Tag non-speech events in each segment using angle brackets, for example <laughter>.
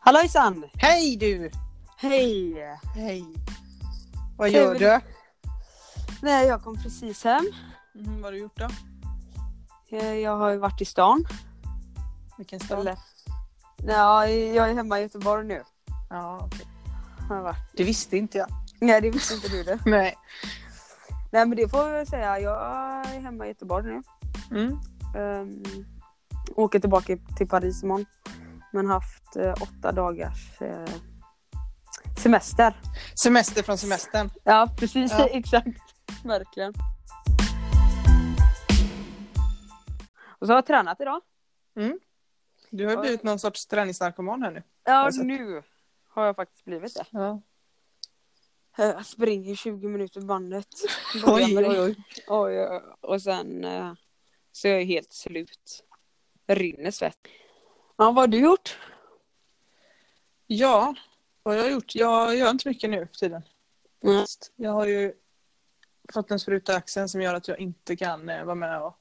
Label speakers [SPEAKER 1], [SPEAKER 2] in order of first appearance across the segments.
[SPEAKER 1] Hallojsan!
[SPEAKER 2] Hej du!
[SPEAKER 1] Hej!
[SPEAKER 2] Hej! Vad
[SPEAKER 1] Trevligt.
[SPEAKER 2] gör
[SPEAKER 1] Nej, jag kom precis hem.
[SPEAKER 2] du? Mm, vad har du gjort då?
[SPEAKER 1] Eh, Jag har ju varit i stan.
[SPEAKER 2] Vilken
[SPEAKER 1] Eller, ja, jag är hemma i Göteborg nu.
[SPEAKER 2] Ja, okej.
[SPEAKER 1] Har jag varit.
[SPEAKER 2] Det visste inte jag.
[SPEAKER 1] Nej, det visste inte du det.
[SPEAKER 2] Nej.
[SPEAKER 1] Nej, men det får jag väl säga. Jag är hemma i Göteborg nu.
[SPEAKER 2] Mm.
[SPEAKER 1] Um, åker tillbaka till Paris imorgon. Men haft eh, åtta dagars eh, semester.
[SPEAKER 2] Semester från semestern.
[SPEAKER 1] Ja, precis.
[SPEAKER 2] Ja.
[SPEAKER 1] <laughs> Exakt. Verkligen. Och så har jag tränat idag.
[SPEAKER 2] Du har ju
[SPEAKER 1] Oj.
[SPEAKER 2] blivit någon sorts träningsnarkoman här nu.
[SPEAKER 1] Ja,
[SPEAKER 2] Alltså.
[SPEAKER 1] nu har jag faktiskt blivit det.
[SPEAKER 2] Ja.
[SPEAKER 1] <laughs> Jag springer 20 minuter <laughs> bandet.
[SPEAKER 2] Oj, oj, oj.
[SPEAKER 1] oj, oj. Och sen eh, så är jag helt slut. Jag rinner svett. Ja, vad har du gjort?
[SPEAKER 2] Ja, vad har jag gjort? Jag gör inte mycket nu för tiden.
[SPEAKER 1] Mm.
[SPEAKER 2] Jag har ju fått en spruta i axeln som gör att jag inte kan eh, vara med och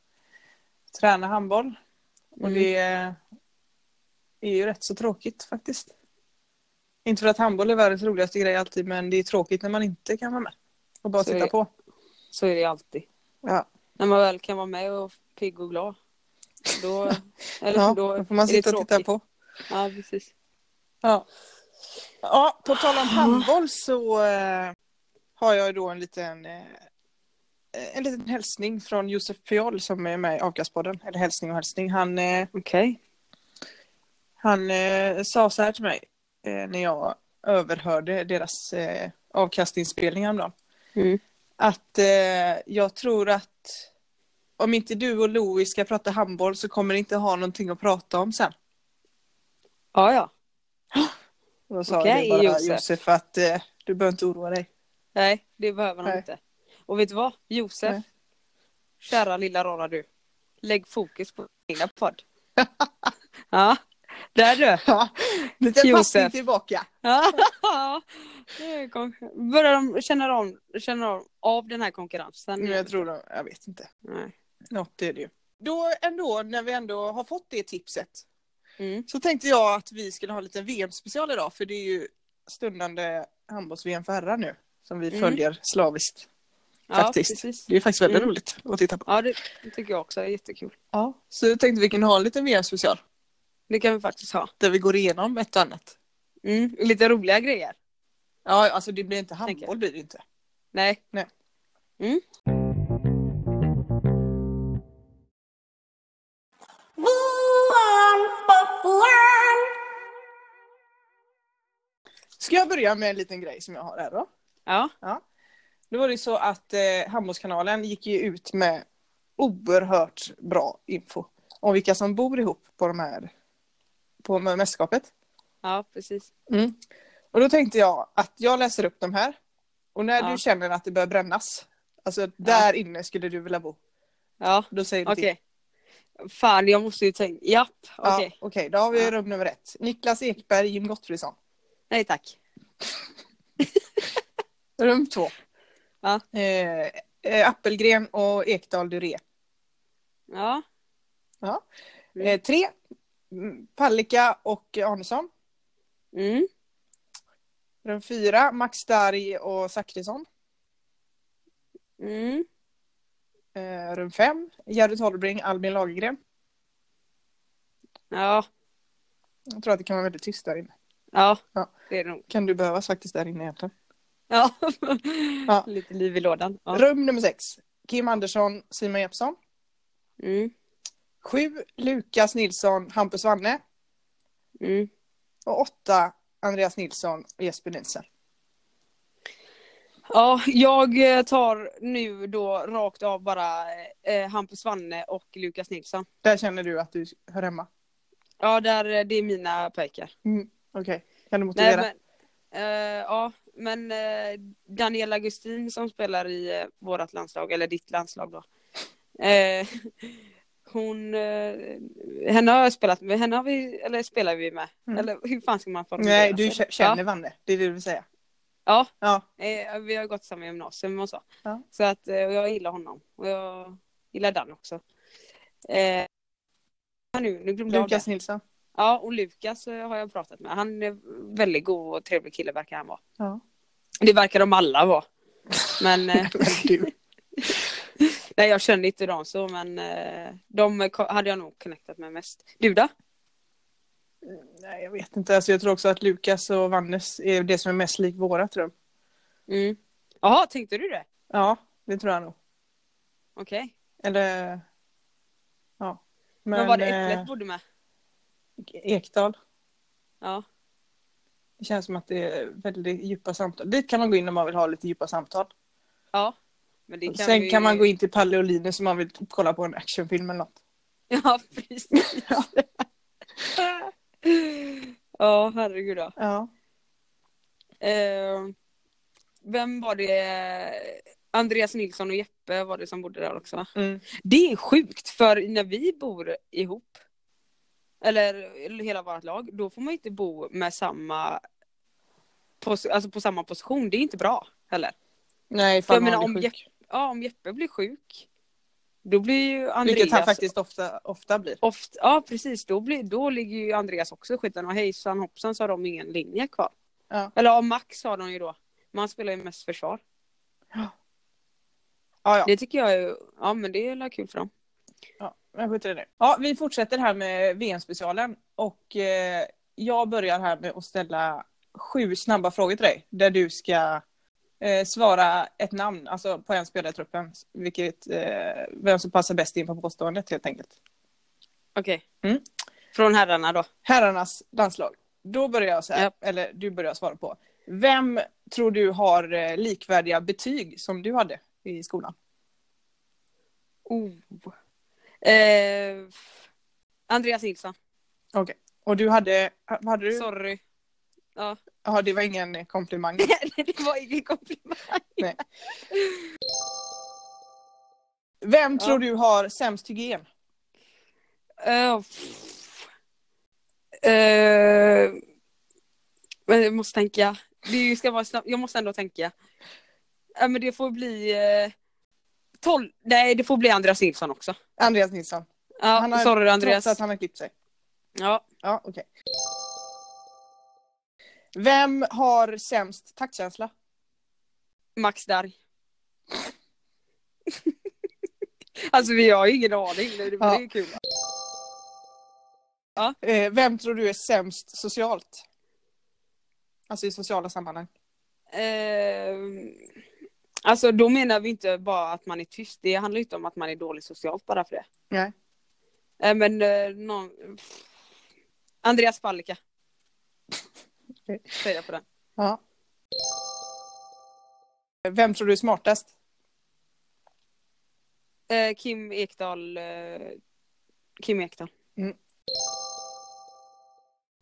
[SPEAKER 2] träna handboll. Och
[SPEAKER 1] Mm.
[SPEAKER 2] det är ju rätt så tråkigt faktiskt. Inte för att handboll är världens roligaste grej alltid, men det är tråkigt när man inte kan vara med. Och bara
[SPEAKER 1] Så
[SPEAKER 2] sitta
[SPEAKER 1] är-
[SPEAKER 2] på.
[SPEAKER 1] Så är det alltid.
[SPEAKER 2] Ja,
[SPEAKER 1] När man väl kan vara med och pigg och glad. <laughs> Då, eller
[SPEAKER 2] ja
[SPEAKER 1] då,
[SPEAKER 2] då får man
[SPEAKER 1] är det
[SPEAKER 2] sitta och titta
[SPEAKER 1] tråkigt.
[SPEAKER 2] på.
[SPEAKER 1] Ja, precis.
[SPEAKER 2] Ja. ja, på tal om handboll så eh, har jag ju då en liten, eh, en liten hälsning från Josef Piol som är med i Avkaspodden. Eller hälsning och hälsning. Han eh,
[SPEAKER 1] Okej.
[SPEAKER 2] Han eh, sa så här till mig eh, när jag överhörde deras eh, avkastningsspelning häromdagen.
[SPEAKER 1] Mm.
[SPEAKER 2] Att eh, jag tror att om inte du och Louis ska prata handboll så kommer ni inte ha någonting att prata om sen.
[SPEAKER 1] Ja, ja.
[SPEAKER 2] Och Då sa
[SPEAKER 1] Okej,
[SPEAKER 2] jag det bara
[SPEAKER 1] Josef.
[SPEAKER 2] Josef att eh, du behöver inte oroa dig.
[SPEAKER 1] Nej, det behöver han
[SPEAKER 2] Nej.
[SPEAKER 1] inte. Och vet du vad? Josef.
[SPEAKER 2] Nej.
[SPEAKER 1] Kära lilla rara du. Lägg fokus på din egna podd.
[SPEAKER 2] <laughs>
[SPEAKER 1] ja, där du.
[SPEAKER 2] Ja, lite
[SPEAKER 1] Josef.
[SPEAKER 2] passning tillbaka.
[SPEAKER 1] <laughs> Ja, det kom. Börjar de känna om, känna om av den här konkurrensen?
[SPEAKER 2] Men jag tror de, jag vet inte.
[SPEAKER 1] Nej.
[SPEAKER 2] Något är det ju. Då ändå, när vi ändå har fått det tipset
[SPEAKER 1] Mm.
[SPEAKER 2] så tänkte jag att vi skulle ha en liten VM-special idag för det är ju stundande handbolls-VM för herrar nu som vi
[SPEAKER 1] Mm.
[SPEAKER 2] följer slaviskt.
[SPEAKER 1] Ja,
[SPEAKER 2] Faktiskt.
[SPEAKER 1] precis.
[SPEAKER 2] Det är faktiskt väldigt
[SPEAKER 1] Mm.
[SPEAKER 2] roligt att titta på.
[SPEAKER 1] Ja, det tycker jag också är jättekul.
[SPEAKER 2] Ja. Så jag tänkte vi kan ha en liten VM-special
[SPEAKER 1] Det kan vi faktiskt ha.
[SPEAKER 2] där vi går igenom ett och annat.
[SPEAKER 1] Mm. Lite roliga grejer.
[SPEAKER 2] Ja, alltså det blir inte
[SPEAKER 1] Tänker
[SPEAKER 2] handboll blir det inte.
[SPEAKER 1] Nej.
[SPEAKER 2] Nej.
[SPEAKER 1] Mm.
[SPEAKER 2] Ska jag börja med en liten grej som jag har här då?
[SPEAKER 1] Ja.
[SPEAKER 2] Det var det ju så att eh, handbollskanalen gick ju ut med oerhört bra info om vilka som bor ihop på de här på mästerskapet.
[SPEAKER 1] ja, precis.
[SPEAKER 2] Mm. Och då tänkte jag att jag läser upp de här. Och när
[SPEAKER 1] Ja.
[SPEAKER 2] du känner att det börjar brännas, alltså där inne skulle du vilja bo.
[SPEAKER 1] Ja,
[SPEAKER 2] Då säger du till.
[SPEAKER 1] okej. Fan, jag måste ju tänka. Japp,
[SPEAKER 2] Ja,
[SPEAKER 1] okej.
[SPEAKER 2] Okej, då har vi
[SPEAKER 1] Ja.
[SPEAKER 2] rum nummer ett. Niklas Ekberg, Jim Gottfridsson.
[SPEAKER 1] Nej tack.
[SPEAKER 2] Rum två.
[SPEAKER 1] Ja.
[SPEAKER 2] Eh, eh, Appelgren och Ekdal Duré.
[SPEAKER 1] Ja. Mm.
[SPEAKER 2] Eh, tre. Mm, Pallika och Arnesson.
[SPEAKER 1] Mm.
[SPEAKER 2] Rum fyra. Max Darg och Zachrisson.
[SPEAKER 1] Mm.
[SPEAKER 2] Eh, rum fem. Gerrit Holbring, Albin Lagergren.
[SPEAKER 1] Ja.
[SPEAKER 2] Jag tror att det kan vara väldigt tyst där inne.
[SPEAKER 1] Ja.
[SPEAKER 2] Ja.
[SPEAKER 1] Det är det nog.
[SPEAKER 2] Kan du behövas faktiskt där inne egentligen.
[SPEAKER 1] Ja.
[SPEAKER 2] <laughs> Ja.
[SPEAKER 1] Lite liv i lådan. Ja.
[SPEAKER 2] Rum nummer sex. Kim Andersson, Simon Jeppsson.
[SPEAKER 1] Mm.
[SPEAKER 2] Sju. Lukas Nilsson, Hampus Wanne.
[SPEAKER 1] Mm.
[SPEAKER 2] Och åtta. Andreas Nilsson och Jesper Nielsen.
[SPEAKER 1] Ja, jag eh, tar nu då rakt av bara eh, Hampus Wanne och Lukas Nilsson.
[SPEAKER 2] Där känner du att du hör hemma.
[SPEAKER 1] Ja, där, eh, det är mina pojkar.
[SPEAKER 2] Mm. Okej, kan
[SPEAKER 1] Nej,
[SPEAKER 2] du motivera?
[SPEAKER 1] men, eh, ja, men eh, Daniel Augustin som spelar i eh, vårt landslag, eller ditt landslag då. Eh, <laughs> hon, eh, henne har jag spelat med, henne har vi, eller spelar vi med.
[SPEAKER 2] Mm.
[SPEAKER 1] Eller hur fan ska man formulera
[SPEAKER 2] Nej, du
[SPEAKER 1] sig?
[SPEAKER 2] kä- känner Wanne. Det är det du vill säga.
[SPEAKER 1] Ja,
[SPEAKER 2] Ja.
[SPEAKER 1] ja eh, vi har gått samma gymnasium och så.
[SPEAKER 2] Ja.
[SPEAKER 1] Så att eh, och jag gillar honom och jag gillar Dan också. Eh, ja, nu, nu glömde jag
[SPEAKER 2] Lukas Nilsson.
[SPEAKER 1] det. Ja, och Lukas eh, har jag pratat med. Han är väldigt god och trevlig kille verkar han vara. <laughs>
[SPEAKER 2] Ja.
[SPEAKER 1] Det verkar de alla
[SPEAKER 2] <laughs>
[SPEAKER 1] vara. Men eh,
[SPEAKER 2] Du.
[SPEAKER 1] nej, jag känner inte dem så, men eh, de ko- hade jag nog connectat med mest. Du då?
[SPEAKER 2] Nej, jag vet inte. Alltså, jag tror också att Lukas och Vannes är det som är mest lik vårat rum.
[SPEAKER 1] Mm. Jaha, tänkte du det?
[SPEAKER 2] Ja, det tror jag nog.
[SPEAKER 1] Okej.
[SPEAKER 2] Eller... Ja.
[SPEAKER 1] Men, var det Äpplet bodde med?
[SPEAKER 2] eh, Ekdal.
[SPEAKER 1] Ja.
[SPEAKER 2] Det känns som att det är väldigt djupa samtal. Dit kan man gå in om man vill ha lite djupa samtal.
[SPEAKER 1] ja. Men det kan
[SPEAKER 2] Sen
[SPEAKER 1] vi...
[SPEAKER 2] kan man gå in till Palle och Linus om man vill kolla på en actionfilm eller något.
[SPEAKER 1] <laughs> Ja,
[SPEAKER 2] <laughs>
[SPEAKER 1] precis. Ja, herregud då.
[SPEAKER 2] Ja.
[SPEAKER 1] Eh, vem var det? Andreas Nilsson och Jeppe var det som bodde där också va?
[SPEAKER 2] Mm.
[SPEAKER 1] Det är sjukt för när vi bor ihop eller hela vårt lag då får man inte bo med samma pos- alltså på samma position. Det är inte bra heller.
[SPEAKER 2] Nej,
[SPEAKER 1] För
[SPEAKER 2] fan
[SPEAKER 1] jag menar,
[SPEAKER 2] han
[SPEAKER 1] om
[SPEAKER 2] är sjuk.
[SPEAKER 1] Jeppe- Ja, om Jeppe blir sjuk då blir ju Andreas
[SPEAKER 2] Vilket han faktiskt ofta, ofta blir.
[SPEAKER 1] Ofta, ja precis, då, blir, då ligger ju Andreas också i skiten och hejsan hoppsan så har de ingen linje kvar.
[SPEAKER 2] Ja.
[SPEAKER 1] Eller ja, Max har de ju då. Men han spelar ju mest försvar.
[SPEAKER 2] Ja, ja.
[SPEAKER 1] Det tycker jag är, ja men det är väl kul för dem.
[SPEAKER 2] Ja, jag skiter i det. Ja, vi fortsätter här med VM-specialen. Och eh, jag börjar här med att ställa sju snabba frågor till dig. Där du ska eh, svara ett namn, alltså på en spelare i truppen. Vilket, eh, vem som passar bäst in på påståendet helt enkelt.
[SPEAKER 1] Okej.
[SPEAKER 2] Mm.
[SPEAKER 1] Från herrarna då.
[SPEAKER 2] Herrarnas landslag. Då börjar jag så här,
[SPEAKER 1] Japp.
[SPEAKER 2] eller du börjar svara på. Vem tror du har eh, likvärdiga betyg som du hade i skolan?
[SPEAKER 1] Oh.
[SPEAKER 2] Oh.
[SPEAKER 1] Eh, Andreas Nilsson.
[SPEAKER 2] Okej. Och du hade, vad hade du?
[SPEAKER 1] Sorry. Ja. <laughs>
[SPEAKER 2] Ja, det var ingen komplimang.
[SPEAKER 1] det var ingen komplimang.
[SPEAKER 2] Vem
[SPEAKER 1] Ja.
[SPEAKER 2] tror du har sämst hygien?
[SPEAKER 1] Eh, pff. Eh, men jag måste tänka. Det ska vara snabbt. Jag måste ändå tänka. Ja, men det får bli... Eh, 12. Nej, det får bli Andreas Nilsson också.
[SPEAKER 2] Andreas Nilsson.
[SPEAKER 1] Ja,
[SPEAKER 2] Han har-
[SPEAKER 1] sorry Andreas.
[SPEAKER 2] Trots att han har klippt sig.
[SPEAKER 1] Ja,
[SPEAKER 2] Ja, okej. Vem har sämst taktkänsla?
[SPEAKER 1] Max där. alltså vi har ju ingen aning. men Det
[SPEAKER 2] Ja.
[SPEAKER 1] blir ju kul.
[SPEAKER 2] Eh, vem tror du är sämst socialt? Alltså i sociala sammanhang.
[SPEAKER 1] Eh, alltså då menar vi inte bara att man är tyst. Det handlar ju inte om att man är dålig socialt bara för det.
[SPEAKER 2] Nej.
[SPEAKER 1] Eh, men eh, någon... Andreas Palicka.
[SPEAKER 2] Okej.
[SPEAKER 1] Säger jag på den.
[SPEAKER 2] Ja. Vem tror du är smartast?
[SPEAKER 1] Eh, Kim Ekdahl. Eh, Kim <laughs> Ekdahl.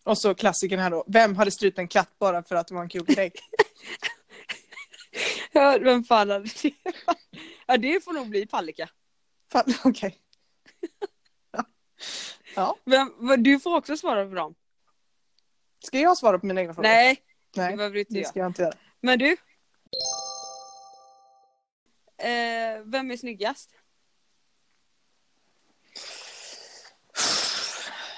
[SPEAKER 2] Och så klassikern här då. Vem hade strypt en katt bara för att det var en kul grej?
[SPEAKER 1] Ja, vem fan hade det? <laughs> ja, det får nog bli Palicka.
[SPEAKER 2] <laughs> Fan, Okej. Ja. ja.
[SPEAKER 1] Vem, vad- du får också svara på dem.
[SPEAKER 2] Ska jag svara på mina egna frågor?
[SPEAKER 1] Nej, det
[SPEAKER 2] Nej,
[SPEAKER 1] behöver du inte
[SPEAKER 2] det
[SPEAKER 1] göra.
[SPEAKER 2] ska jag inte göra.
[SPEAKER 1] Men du. Eh, vem är snyggast?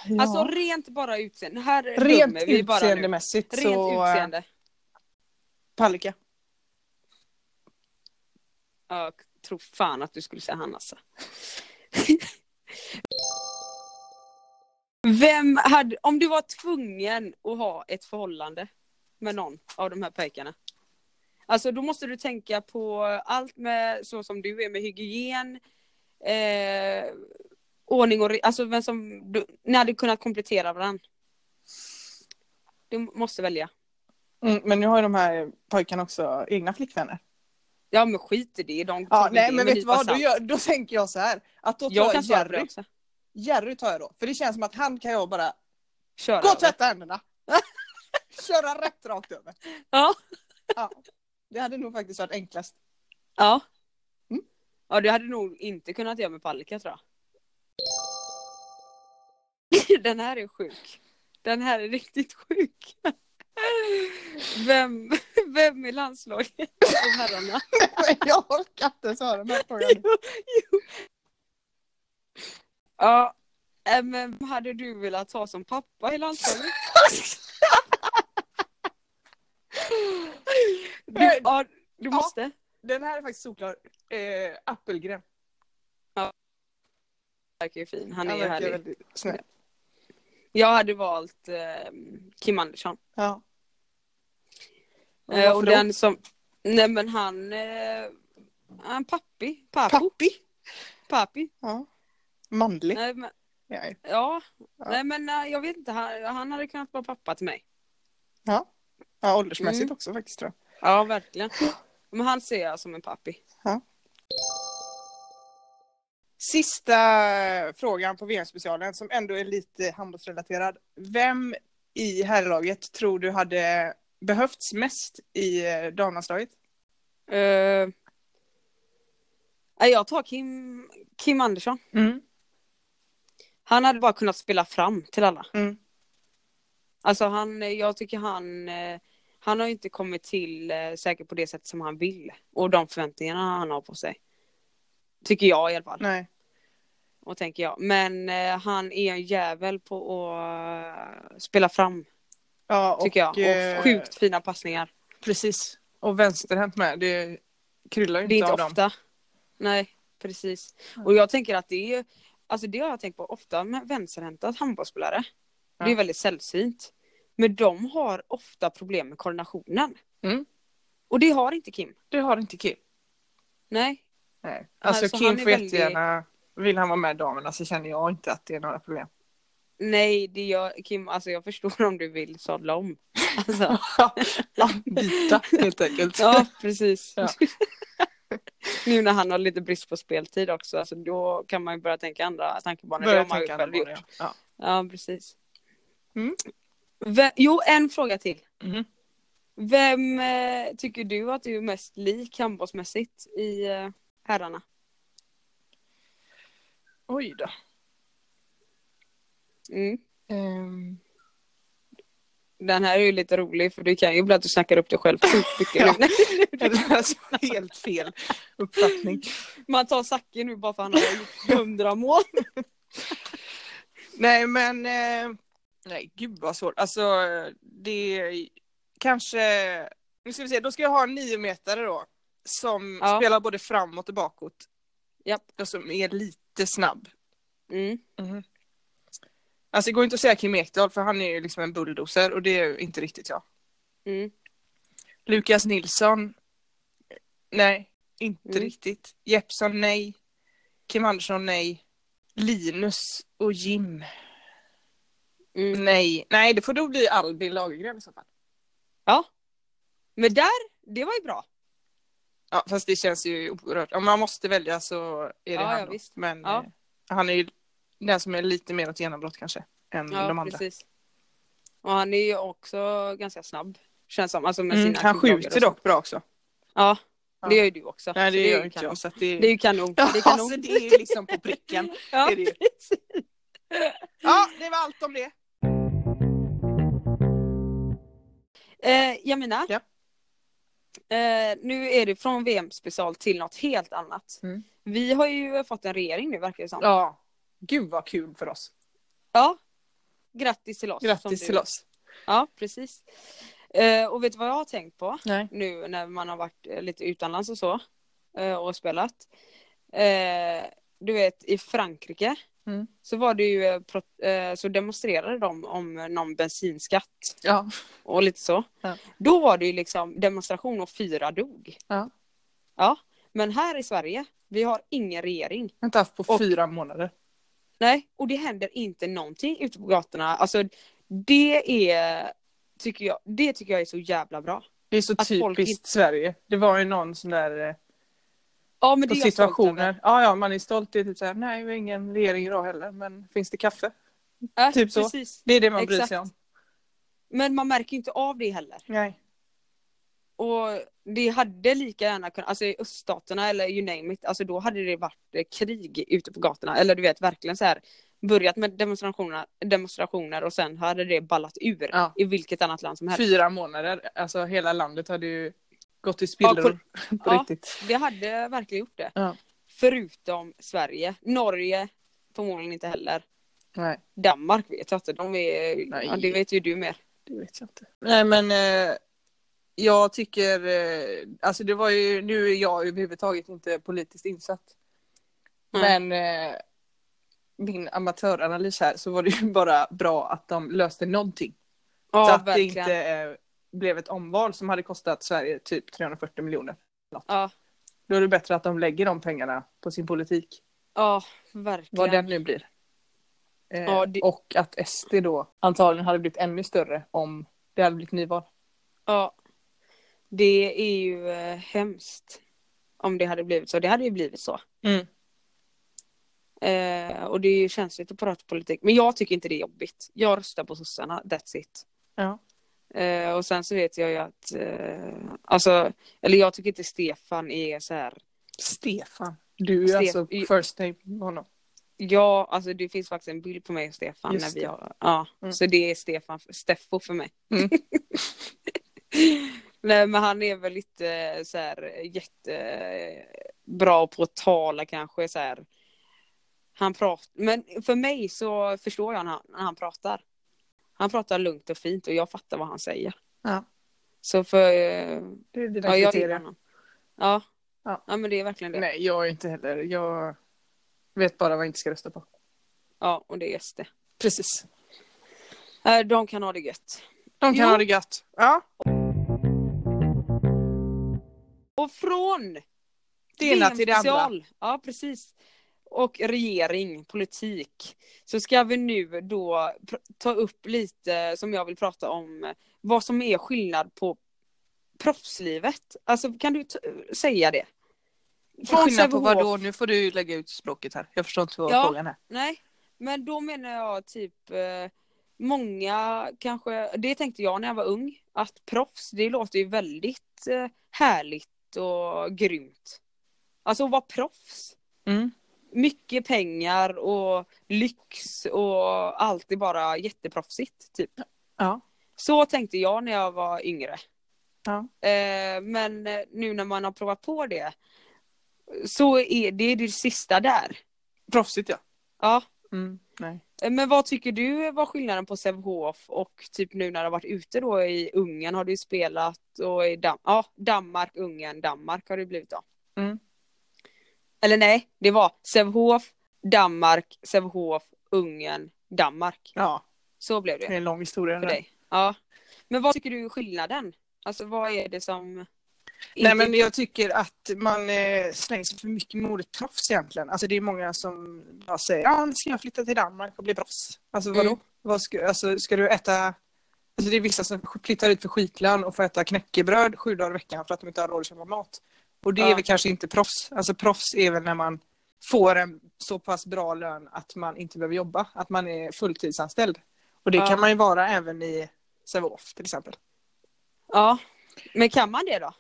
[SPEAKER 2] Ja.
[SPEAKER 1] Alltså rent bara utseende. Här
[SPEAKER 2] rent
[SPEAKER 1] dömer vi bara nu.
[SPEAKER 2] utseendemässigt
[SPEAKER 1] Rent
[SPEAKER 2] så... eh,
[SPEAKER 1] utseende.
[SPEAKER 2] Palicka.
[SPEAKER 1] Ja, Jag tror fan att du skulle säga han alltså. Vem hade, om du var tvungen att ha ett förhållande med någon av de här pojkarna. Alltså då måste du tänka på allt med så som du är med hygien, eh, ordning och re- alltså vem som, du, ni hade kunnat komplettera varandra. Du måste välja.
[SPEAKER 2] Mm, men nu har ju de här pojkarna också egna flickvänner.
[SPEAKER 1] Ja men skit i det, de
[SPEAKER 2] Ja,
[SPEAKER 1] tar
[SPEAKER 2] nej
[SPEAKER 1] det
[SPEAKER 2] men
[SPEAKER 1] med
[SPEAKER 2] vet du
[SPEAKER 1] nypa
[SPEAKER 2] vad, då,
[SPEAKER 1] salt.
[SPEAKER 2] gör, då tänker jag så här. Att då tar
[SPEAKER 1] Jag
[SPEAKER 2] jag,
[SPEAKER 1] kan svara på det
[SPEAKER 2] Jerry.
[SPEAKER 1] också.
[SPEAKER 2] Jerry tar jag då. För det känns som att han kan jag bara,
[SPEAKER 1] Kör
[SPEAKER 2] gå och
[SPEAKER 1] över.
[SPEAKER 2] tvätta händerna. <laughs> Köra rätt rakt över.
[SPEAKER 1] Ja.
[SPEAKER 2] Ja. Det hade nog faktiskt varit enklast. <laughs>
[SPEAKER 1] Ja.
[SPEAKER 2] Mm.
[SPEAKER 1] Ja, det hade nog inte kunnat göra med Palicka tror jag. <laughs> Den här är sjuk. Den här är riktigt sjuk. <laughs> Vem, <laughs> vem i landslaget <laughs> av herrarna?
[SPEAKER 2] Men jag
[SPEAKER 1] <laughs>
[SPEAKER 2] orkar inte svara den här frågan.
[SPEAKER 1] Ja, Eh, Men vem hade du velat ha som pappa i landslaget? Du,
[SPEAKER 2] Eh,
[SPEAKER 1] ja, du måste.
[SPEAKER 2] Den här är faktiskt solklar. Eh, Appelgren.
[SPEAKER 1] Verkar ju fin. Han är ju härlig.
[SPEAKER 2] väldigt snäll.
[SPEAKER 1] Jag hade valt eh, Kim Andersson.
[SPEAKER 2] Ja.
[SPEAKER 1] Eh, och den som... Nej men han... Eh, han pappi. Papo.
[SPEAKER 2] Pappi.
[SPEAKER 1] Papi.
[SPEAKER 2] Ja. Manlig.
[SPEAKER 1] Nej, men,
[SPEAKER 2] Nej.
[SPEAKER 1] ja.
[SPEAKER 2] Ja.
[SPEAKER 1] Nej men eh, jag vet inte. Han, han hade kunnat vara pappa till mig.
[SPEAKER 2] Ja. ja, åldersmässigt
[SPEAKER 1] Mm.
[SPEAKER 2] också faktiskt tror jag.
[SPEAKER 1] Ja verkligen. Men han ser jag som en pappi.
[SPEAKER 2] Sista eh, frågan på VM-specialen som ändå är lite handbollsrelaterad. Vem i herrlaget tror du hade behövts mest i eh, damlandslaget?
[SPEAKER 1] Eh, nej, jag tar Kim, Kim Andersson.
[SPEAKER 2] Mm.
[SPEAKER 1] Han hade bara kunnat spela fram till alla.
[SPEAKER 2] Mm.
[SPEAKER 1] Alltså han, jag tycker han, eh, han har ju inte kommit till eh, säkert på det sätt som han vill. Och de förväntningarna han har på sig. Tycker jag i alla fall.
[SPEAKER 2] Nej.
[SPEAKER 1] Och tänker jag. Men eh, han är en jävel på att eh, spela fram.
[SPEAKER 2] Ja, och,
[SPEAKER 1] Tycker jag.
[SPEAKER 2] eh,
[SPEAKER 1] Och sjukt fina passningar.
[SPEAKER 2] Precis. Och vänsterhänt med. Det kryllar ju
[SPEAKER 1] Det är
[SPEAKER 2] inte av
[SPEAKER 1] inte
[SPEAKER 2] dem.
[SPEAKER 1] ofta. Nej, precis. Och jag tänker att det är, alltså det har jag tänkt på ofta med vänsterhänta handbollsspelare. Det är
[SPEAKER 2] Ja.
[SPEAKER 1] väldigt sällsynt. Men de har ofta problem med koordinationen.
[SPEAKER 2] Mm.
[SPEAKER 1] Och det har inte Kim.
[SPEAKER 2] Det har inte Kim.
[SPEAKER 1] Nej,
[SPEAKER 2] Nej. Alltså,
[SPEAKER 1] Alltså, han
[SPEAKER 2] Kim
[SPEAKER 1] är
[SPEAKER 2] får
[SPEAKER 1] väldigt-
[SPEAKER 2] jättegärna, vill han vara med damerna så känner jag inte att det är några problem.
[SPEAKER 1] nej, det gör Kim. Alltså jag förstår om du vill sadla om. <laughs> Alltså,
[SPEAKER 2] <laughs> Ja, Byta helt <laughs> enkelt.
[SPEAKER 1] ja, precis.
[SPEAKER 2] Ja.
[SPEAKER 1] <laughs> nu när han har lite brist på speltid också, alltså, då kan man ju börja tänka andra tankebanor. Det
[SPEAKER 2] Börja
[SPEAKER 1] har man ju
[SPEAKER 2] tänka
[SPEAKER 1] själv
[SPEAKER 2] annorlunda.
[SPEAKER 1] gjort.
[SPEAKER 2] Ja.
[SPEAKER 1] Ja, precis.
[SPEAKER 2] Mm.
[SPEAKER 1] Ve- jo, en fråga till.
[SPEAKER 2] Mhm.
[SPEAKER 1] Vem eh, tycker du att du är mest lik handbollsmässigt i eh, herrarna?
[SPEAKER 2] Oj då.
[SPEAKER 1] Mm.
[SPEAKER 2] <laughs> Ehm,
[SPEAKER 1] Den här är ju lite rolig för det kan ju bli att du snackar upp dig själv sjukt
[SPEAKER 2] <laughs>
[SPEAKER 1] mycket. nu.
[SPEAKER 2] eller alltså, helt fel uppfattning.
[SPEAKER 1] Man tar Zacke nu bara för han har gjort hundra
[SPEAKER 2] <laughs>
[SPEAKER 1] mål.
[SPEAKER 2] Nej men, eh, nej gud vad svårt. Alltså eh, det är kanske, nu ska vi se, då ska jag ha en nio metare då. Som
[SPEAKER 1] Ja.
[SPEAKER 2] spelar både framåt och bakåt.
[SPEAKER 1] Japp.
[SPEAKER 2] Och som är lite snabb.
[SPEAKER 1] Mm.
[SPEAKER 2] Alltså det går inte att säga Kim Ekdahl för han är ju liksom en bulldozer och det är ju inte riktigt jag.
[SPEAKER 1] Mm.
[SPEAKER 2] Lukas Nilsson? Nej, inte
[SPEAKER 1] Mm.
[SPEAKER 2] riktigt. Jeppson? Nej. Kim Andersson? Nej. Linus och Jim?
[SPEAKER 1] Mm.
[SPEAKER 2] Nej. Nej, det får då bli Albin Lagergren i så fall.
[SPEAKER 1] Ja. Men där, det var ju bra.
[SPEAKER 2] Ja, fast det känns ju oerhört. Om man måste välja så är det
[SPEAKER 1] Ja,
[SPEAKER 2] han
[SPEAKER 1] ja,
[SPEAKER 2] då.
[SPEAKER 1] visst.
[SPEAKER 2] Men
[SPEAKER 1] Ja.
[SPEAKER 2] eh, han är ju den som är lite mer åt genombrott kanske. Än de
[SPEAKER 1] Ja,
[SPEAKER 2] andra.
[SPEAKER 1] precis. Och han är ju också ganska snabb. Känns som. Alltså med sina
[SPEAKER 2] Mm, han
[SPEAKER 1] knoggar och
[SPEAKER 2] skjuter
[SPEAKER 1] så.
[SPEAKER 2] dock bra också.
[SPEAKER 1] Ja,
[SPEAKER 2] Ja.
[SPEAKER 1] det gör ju du också.
[SPEAKER 2] Nej,
[SPEAKER 1] Så
[SPEAKER 2] det
[SPEAKER 1] är
[SPEAKER 2] gör
[SPEAKER 1] ju
[SPEAKER 2] inte
[SPEAKER 1] kanon.
[SPEAKER 2] jag. Så att det...
[SPEAKER 1] Det är ju kanon. Det är
[SPEAKER 2] Ja,
[SPEAKER 1] kanon.
[SPEAKER 2] så det är ju liksom på pricken.
[SPEAKER 1] Ja,
[SPEAKER 2] är det ju.
[SPEAKER 1] precis.
[SPEAKER 2] Ja, det var allt om det.
[SPEAKER 1] Eh, Jamina.
[SPEAKER 2] Ja.
[SPEAKER 1] Eh, nu är det från VM-special till något helt annat.
[SPEAKER 2] Mm.
[SPEAKER 1] Vi har ju fått en regering nu verkar det som.
[SPEAKER 2] Ja. Gud vad kul för oss.
[SPEAKER 1] Ja. Grattis till oss. som
[SPEAKER 2] Grattis
[SPEAKER 1] du-
[SPEAKER 2] till oss.
[SPEAKER 1] Ja, precis. Eh, och vet du vad jag har tänkt på
[SPEAKER 2] Nej.
[SPEAKER 1] nu när man har varit eh, lite utomlands och så eh, och spelat? Eh, du vet, i Frankrike
[SPEAKER 2] Mm.
[SPEAKER 1] så var det ju, eh, pro- eh, så demonstrerade de om eh, någon bensinskatt.
[SPEAKER 2] Ja.
[SPEAKER 1] och lite så.
[SPEAKER 2] Ja.
[SPEAKER 1] Då var det ju liksom demonstration och fyra dog.
[SPEAKER 2] Ja.
[SPEAKER 1] Ja, men här i Sverige, vi har ingen regering.
[SPEAKER 2] Inte haft på
[SPEAKER 1] Och-
[SPEAKER 2] fyra månader.
[SPEAKER 1] Nej, och det händer inte någonting ute på gatorna. Alltså det är, tycker jag, det tycker jag är så jävla bra.
[SPEAKER 2] Det är så
[SPEAKER 1] Att folk
[SPEAKER 2] typiskt
[SPEAKER 1] inte-
[SPEAKER 2] Sverige. Det var ju någon sån där eh,
[SPEAKER 1] Ja men det
[SPEAKER 2] på
[SPEAKER 1] är jag stolt över.
[SPEAKER 2] situationer. Ja, ja, man är stolt. Det är typ så här, nej, vi har ingen regering idag heller, men finns det kaffe?
[SPEAKER 1] Ja,
[SPEAKER 2] Typ så.
[SPEAKER 1] Precis.
[SPEAKER 2] Det är det man bryr
[SPEAKER 1] Exakt.
[SPEAKER 2] sig om.
[SPEAKER 1] Men man märker ju inte av det heller.
[SPEAKER 2] Nej.
[SPEAKER 1] Och det hade lika gärna kunnat, alltså i öststaterna eller you name it, alltså då hade det varit eh, krig ute på gatorna. Eller du vet verkligen så här, börjat med demonstrationer, demonstrationer och sen hade det ballat ur
[SPEAKER 2] Ja.
[SPEAKER 1] i vilket annat land som helst.
[SPEAKER 2] Fyra månader, alltså hela landet hade ju gått i spillror <laughs> på,
[SPEAKER 1] Ja.
[SPEAKER 2] riktigt.
[SPEAKER 1] Det hade verkligen gjort det.
[SPEAKER 2] Ja.
[SPEAKER 1] Förutom Sverige, Norge förmodligen inte heller.
[SPEAKER 2] Nej,
[SPEAKER 1] Danmark vet jag inte. De är,
[SPEAKER 2] Nej.
[SPEAKER 1] ja, det vet ju du mer.
[SPEAKER 2] det vet jag inte. Nej, men eh, jag tycker, eh, alltså det var ju, nu är jag överhuvudtaget inte politiskt insatt.
[SPEAKER 1] Nej.
[SPEAKER 2] Men eh, min amatöranalys här så var det ju <laughs> bara bra att de löste någonting.
[SPEAKER 1] Ja,
[SPEAKER 2] så att
[SPEAKER 1] verkligen.
[SPEAKER 2] det inte eh, blev ett omval som hade kostat Sverige typ 340 miljoner.
[SPEAKER 1] Ja,
[SPEAKER 2] Då är det bättre att de lägger de pengarna på sin politik.
[SPEAKER 1] ja
[SPEAKER 2] Vad
[SPEAKER 1] verkligen.
[SPEAKER 2] den nu blir. Eh,
[SPEAKER 1] Ja, det-
[SPEAKER 2] Och att SD då antagligen hade blivit ännu större om det hade blivit nyval.
[SPEAKER 1] Ja. Det är ju eh, hemskt. Om det hade blivit så. Det hade ju blivit så. Eh, och det är ju känsligt att prata politik. Men jag tycker inte det är jobbigt. Jag röstar på sossarna, that's it.
[SPEAKER 2] Ja.
[SPEAKER 1] Eh, och sen så vet jag ju att, eh, alltså, eller jag tycker inte Stefan är så här,
[SPEAKER 2] Stefan. Du är
[SPEAKER 1] Stef-
[SPEAKER 2] alltså first name på honom.
[SPEAKER 1] ja, alltså det finns faktiskt en bild på mig och Stefan
[SPEAKER 2] Just
[SPEAKER 1] när vi
[SPEAKER 2] det.
[SPEAKER 1] har, ja,
[SPEAKER 2] Mm.
[SPEAKER 1] så det är Stefan, Steffo för mig.
[SPEAKER 2] Mm.
[SPEAKER 1] <laughs> Nej men han är väl lite eh, så här jättebra på att tala kanske så här. Han pratar, men för mig så förstår jag när han, när han pratar. Han pratar lugnt och fint och jag fattar vad han säger.
[SPEAKER 2] Ja.
[SPEAKER 1] Så för, eh,
[SPEAKER 2] Det är dina
[SPEAKER 1] ja jag gillar
[SPEAKER 2] kriterier.
[SPEAKER 1] honom. Ja.
[SPEAKER 2] Ja.
[SPEAKER 1] ja. men det är verkligen det.
[SPEAKER 2] Nej, jag är inte heller. Jag vet bara vad jag inte ska rösta på.
[SPEAKER 1] Ja och det är SD.
[SPEAKER 2] Precis.
[SPEAKER 1] Eh, De kan ha det gött.
[SPEAKER 2] De kan
[SPEAKER 1] Jo.
[SPEAKER 2] ha det gött. Ja,
[SPEAKER 1] Och från
[SPEAKER 2] det ena till det andra.
[SPEAKER 1] VM-special. Ja, precis. Och regering, politik. Så ska vi nu då pr- ta upp lite som jag vill prata om eh, vad som är skillnad på proffslivet. Alltså kan du t- säga det? Från
[SPEAKER 2] Skillnad på
[SPEAKER 1] Sävehof-
[SPEAKER 2] vad då? Nu får du lägga ut språket här. Jag förstår inte vad
[SPEAKER 1] Ja.
[SPEAKER 2] frågan är.
[SPEAKER 1] Nej, men då menar jag typ eh, många kanske, det tänkte jag när jag var ung, att proffs det låter ju väldigt eh, härligt och grymt. Alltså att vara proffs.
[SPEAKER 2] Mm.
[SPEAKER 1] mycket pengar och lyx och allt är bara jätteproffsigt. Typ.
[SPEAKER 2] Ja.
[SPEAKER 1] Så tänkte jag när jag var yngre.
[SPEAKER 2] Ja.
[SPEAKER 1] Eh, men nu när man har provat på det så är det det sista där.
[SPEAKER 2] Proffsigt ja.
[SPEAKER 1] Ja.
[SPEAKER 2] Mm. Nej.
[SPEAKER 1] Eh, Men vad tycker du var skillnaden på Sävehof och typ nu när du har varit ute då i Ungern har du ju spelat och i Dam- ja, Danmark, Ungern, Danmark har det blivit då.
[SPEAKER 2] Mm.
[SPEAKER 1] Eller nej, det var Sävehof, Danmark, Sävehof, Ungern, Danmark.
[SPEAKER 2] Ja,
[SPEAKER 1] Så blev
[SPEAKER 2] det är
[SPEAKER 1] det
[SPEAKER 2] en lång historia.
[SPEAKER 1] för
[SPEAKER 2] det där.
[SPEAKER 1] dig. Ja. Men vad tycker du är skillnaden? Alltså vad är det som...
[SPEAKER 2] Nej men jag tycker att man eh, slänger sig för mycket med ordet proffs egentligen. Alltså det är många som bara säger ja nu ska jag flytta till Danmark och bli proffs. Alltså vadå?
[SPEAKER 1] Mm.
[SPEAKER 2] Vad ska, alltså, ska du äta? Alltså det är vissa som flyttar ut för skitlön och får äta knäckebröd sju dagar i veckan för att de inte har råd att köpa mat. Och det är
[SPEAKER 1] Ja.
[SPEAKER 2] väl kanske inte proffs. Alltså proffs är väl när man får en så pass bra lön att man inte behöver jobba. Att man är fulltidsanställd. Och det
[SPEAKER 1] Ja.
[SPEAKER 2] kan man ju vara även i Sävehof till exempel.
[SPEAKER 1] Ja. Men kan man det då?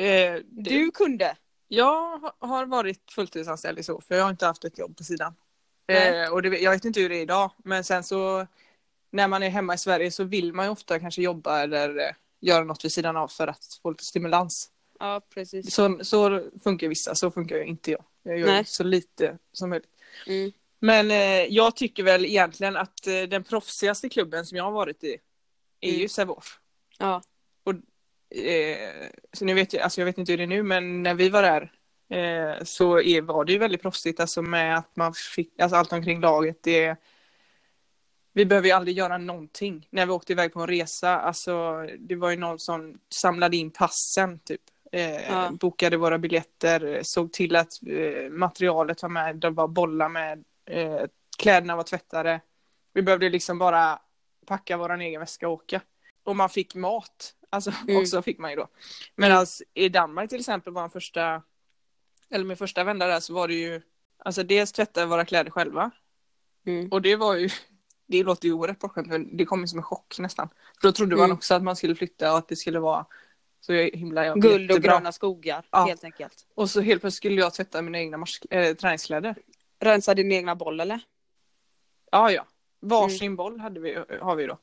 [SPEAKER 2] Eh, det-
[SPEAKER 1] Du kunde.
[SPEAKER 2] Jag ha- har varit fulltidsanställd i så, för jag har inte haft ett jobb på sidan.
[SPEAKER 1] Nej.
[SPEAKER 2] Eh, och det, jag vet inte hur det är idag, men sen så när man är hemma i Sverige så vill man ju ofta kanske jobba eller eh, göra något vid sidan av för att få lite stimulans.
[SPEAKER 1] Ja, precis.
[SPEAKER 2] Så, så funkar vissa, så funkar ju inte jag. Jag gör
[SPEAKER 1] Nej.
[SPEAKER 2] så lite som möjligt.
[SPEAKER 1] Mm.
[SPEAKER 2] Men eh, jag tycker väl egentligen att eh, den proffsigaste klubben som jag har varit i är ju
[SPEAKER 1] Mm.
[SPEAKER 2] Sävehof.
[SPEAKER 1] Ja.
[SPEAKER 2] Eh, så nu vet jag, alltså jag vet inte hur det är nu, men när vi var där eh, så är, var det ju väldigt proffsigt, alltså med att man fick, alltså allt omkring laget, det vi behöver ju aldrig göra någonting. När vi åkte iväg på en resa, alltså det var ju någon som samlade in passen typ. Eh,
[SPEAKER 1] Ja.
[SPEAKER 2] Bokade våra biljetter, såg till att eh, materialet var med, det var bollar med, eh, kläderna var tvättade. Vi behövde liksom bara packa vår egen väska och åka. Och man fick mat, alltså <laughs>
[SPEAKER 1] Mm.
[SPEAKER 2] också fick man ju då. Medan i Danmark till exempel var en första, eller min första vända där så var det ju, alltså dels tvättade vi våra kläder själva,
[SPEAKER 1] Mm.
[SPEAKER 2] och det var ju, <laughs> det låter ju oerhört bortskämt men det kom ju som en chock nästan. För då trodde man
[SPEAKER 1] Mm.
[SPEAKER 2] också att man skulle flytta och att det skulle vara så himla
[SPEAKER 1] Guld och
[SPEAKER 2] jättebra.
[SPEAKER 1] gröna skogar,
[SPEAKER 2] Ja.
[SPEAKER 1] helt enkelt.
[SPEAKER 2] Och så helt plötsligt skulle jag tvätta mina egna mars- eh, träningskläder.
[SPEAKER 1] Rensa din egna boll eller?
[SPEAKER 2] Ja, ja. Varsin boll hade vi, har vi då.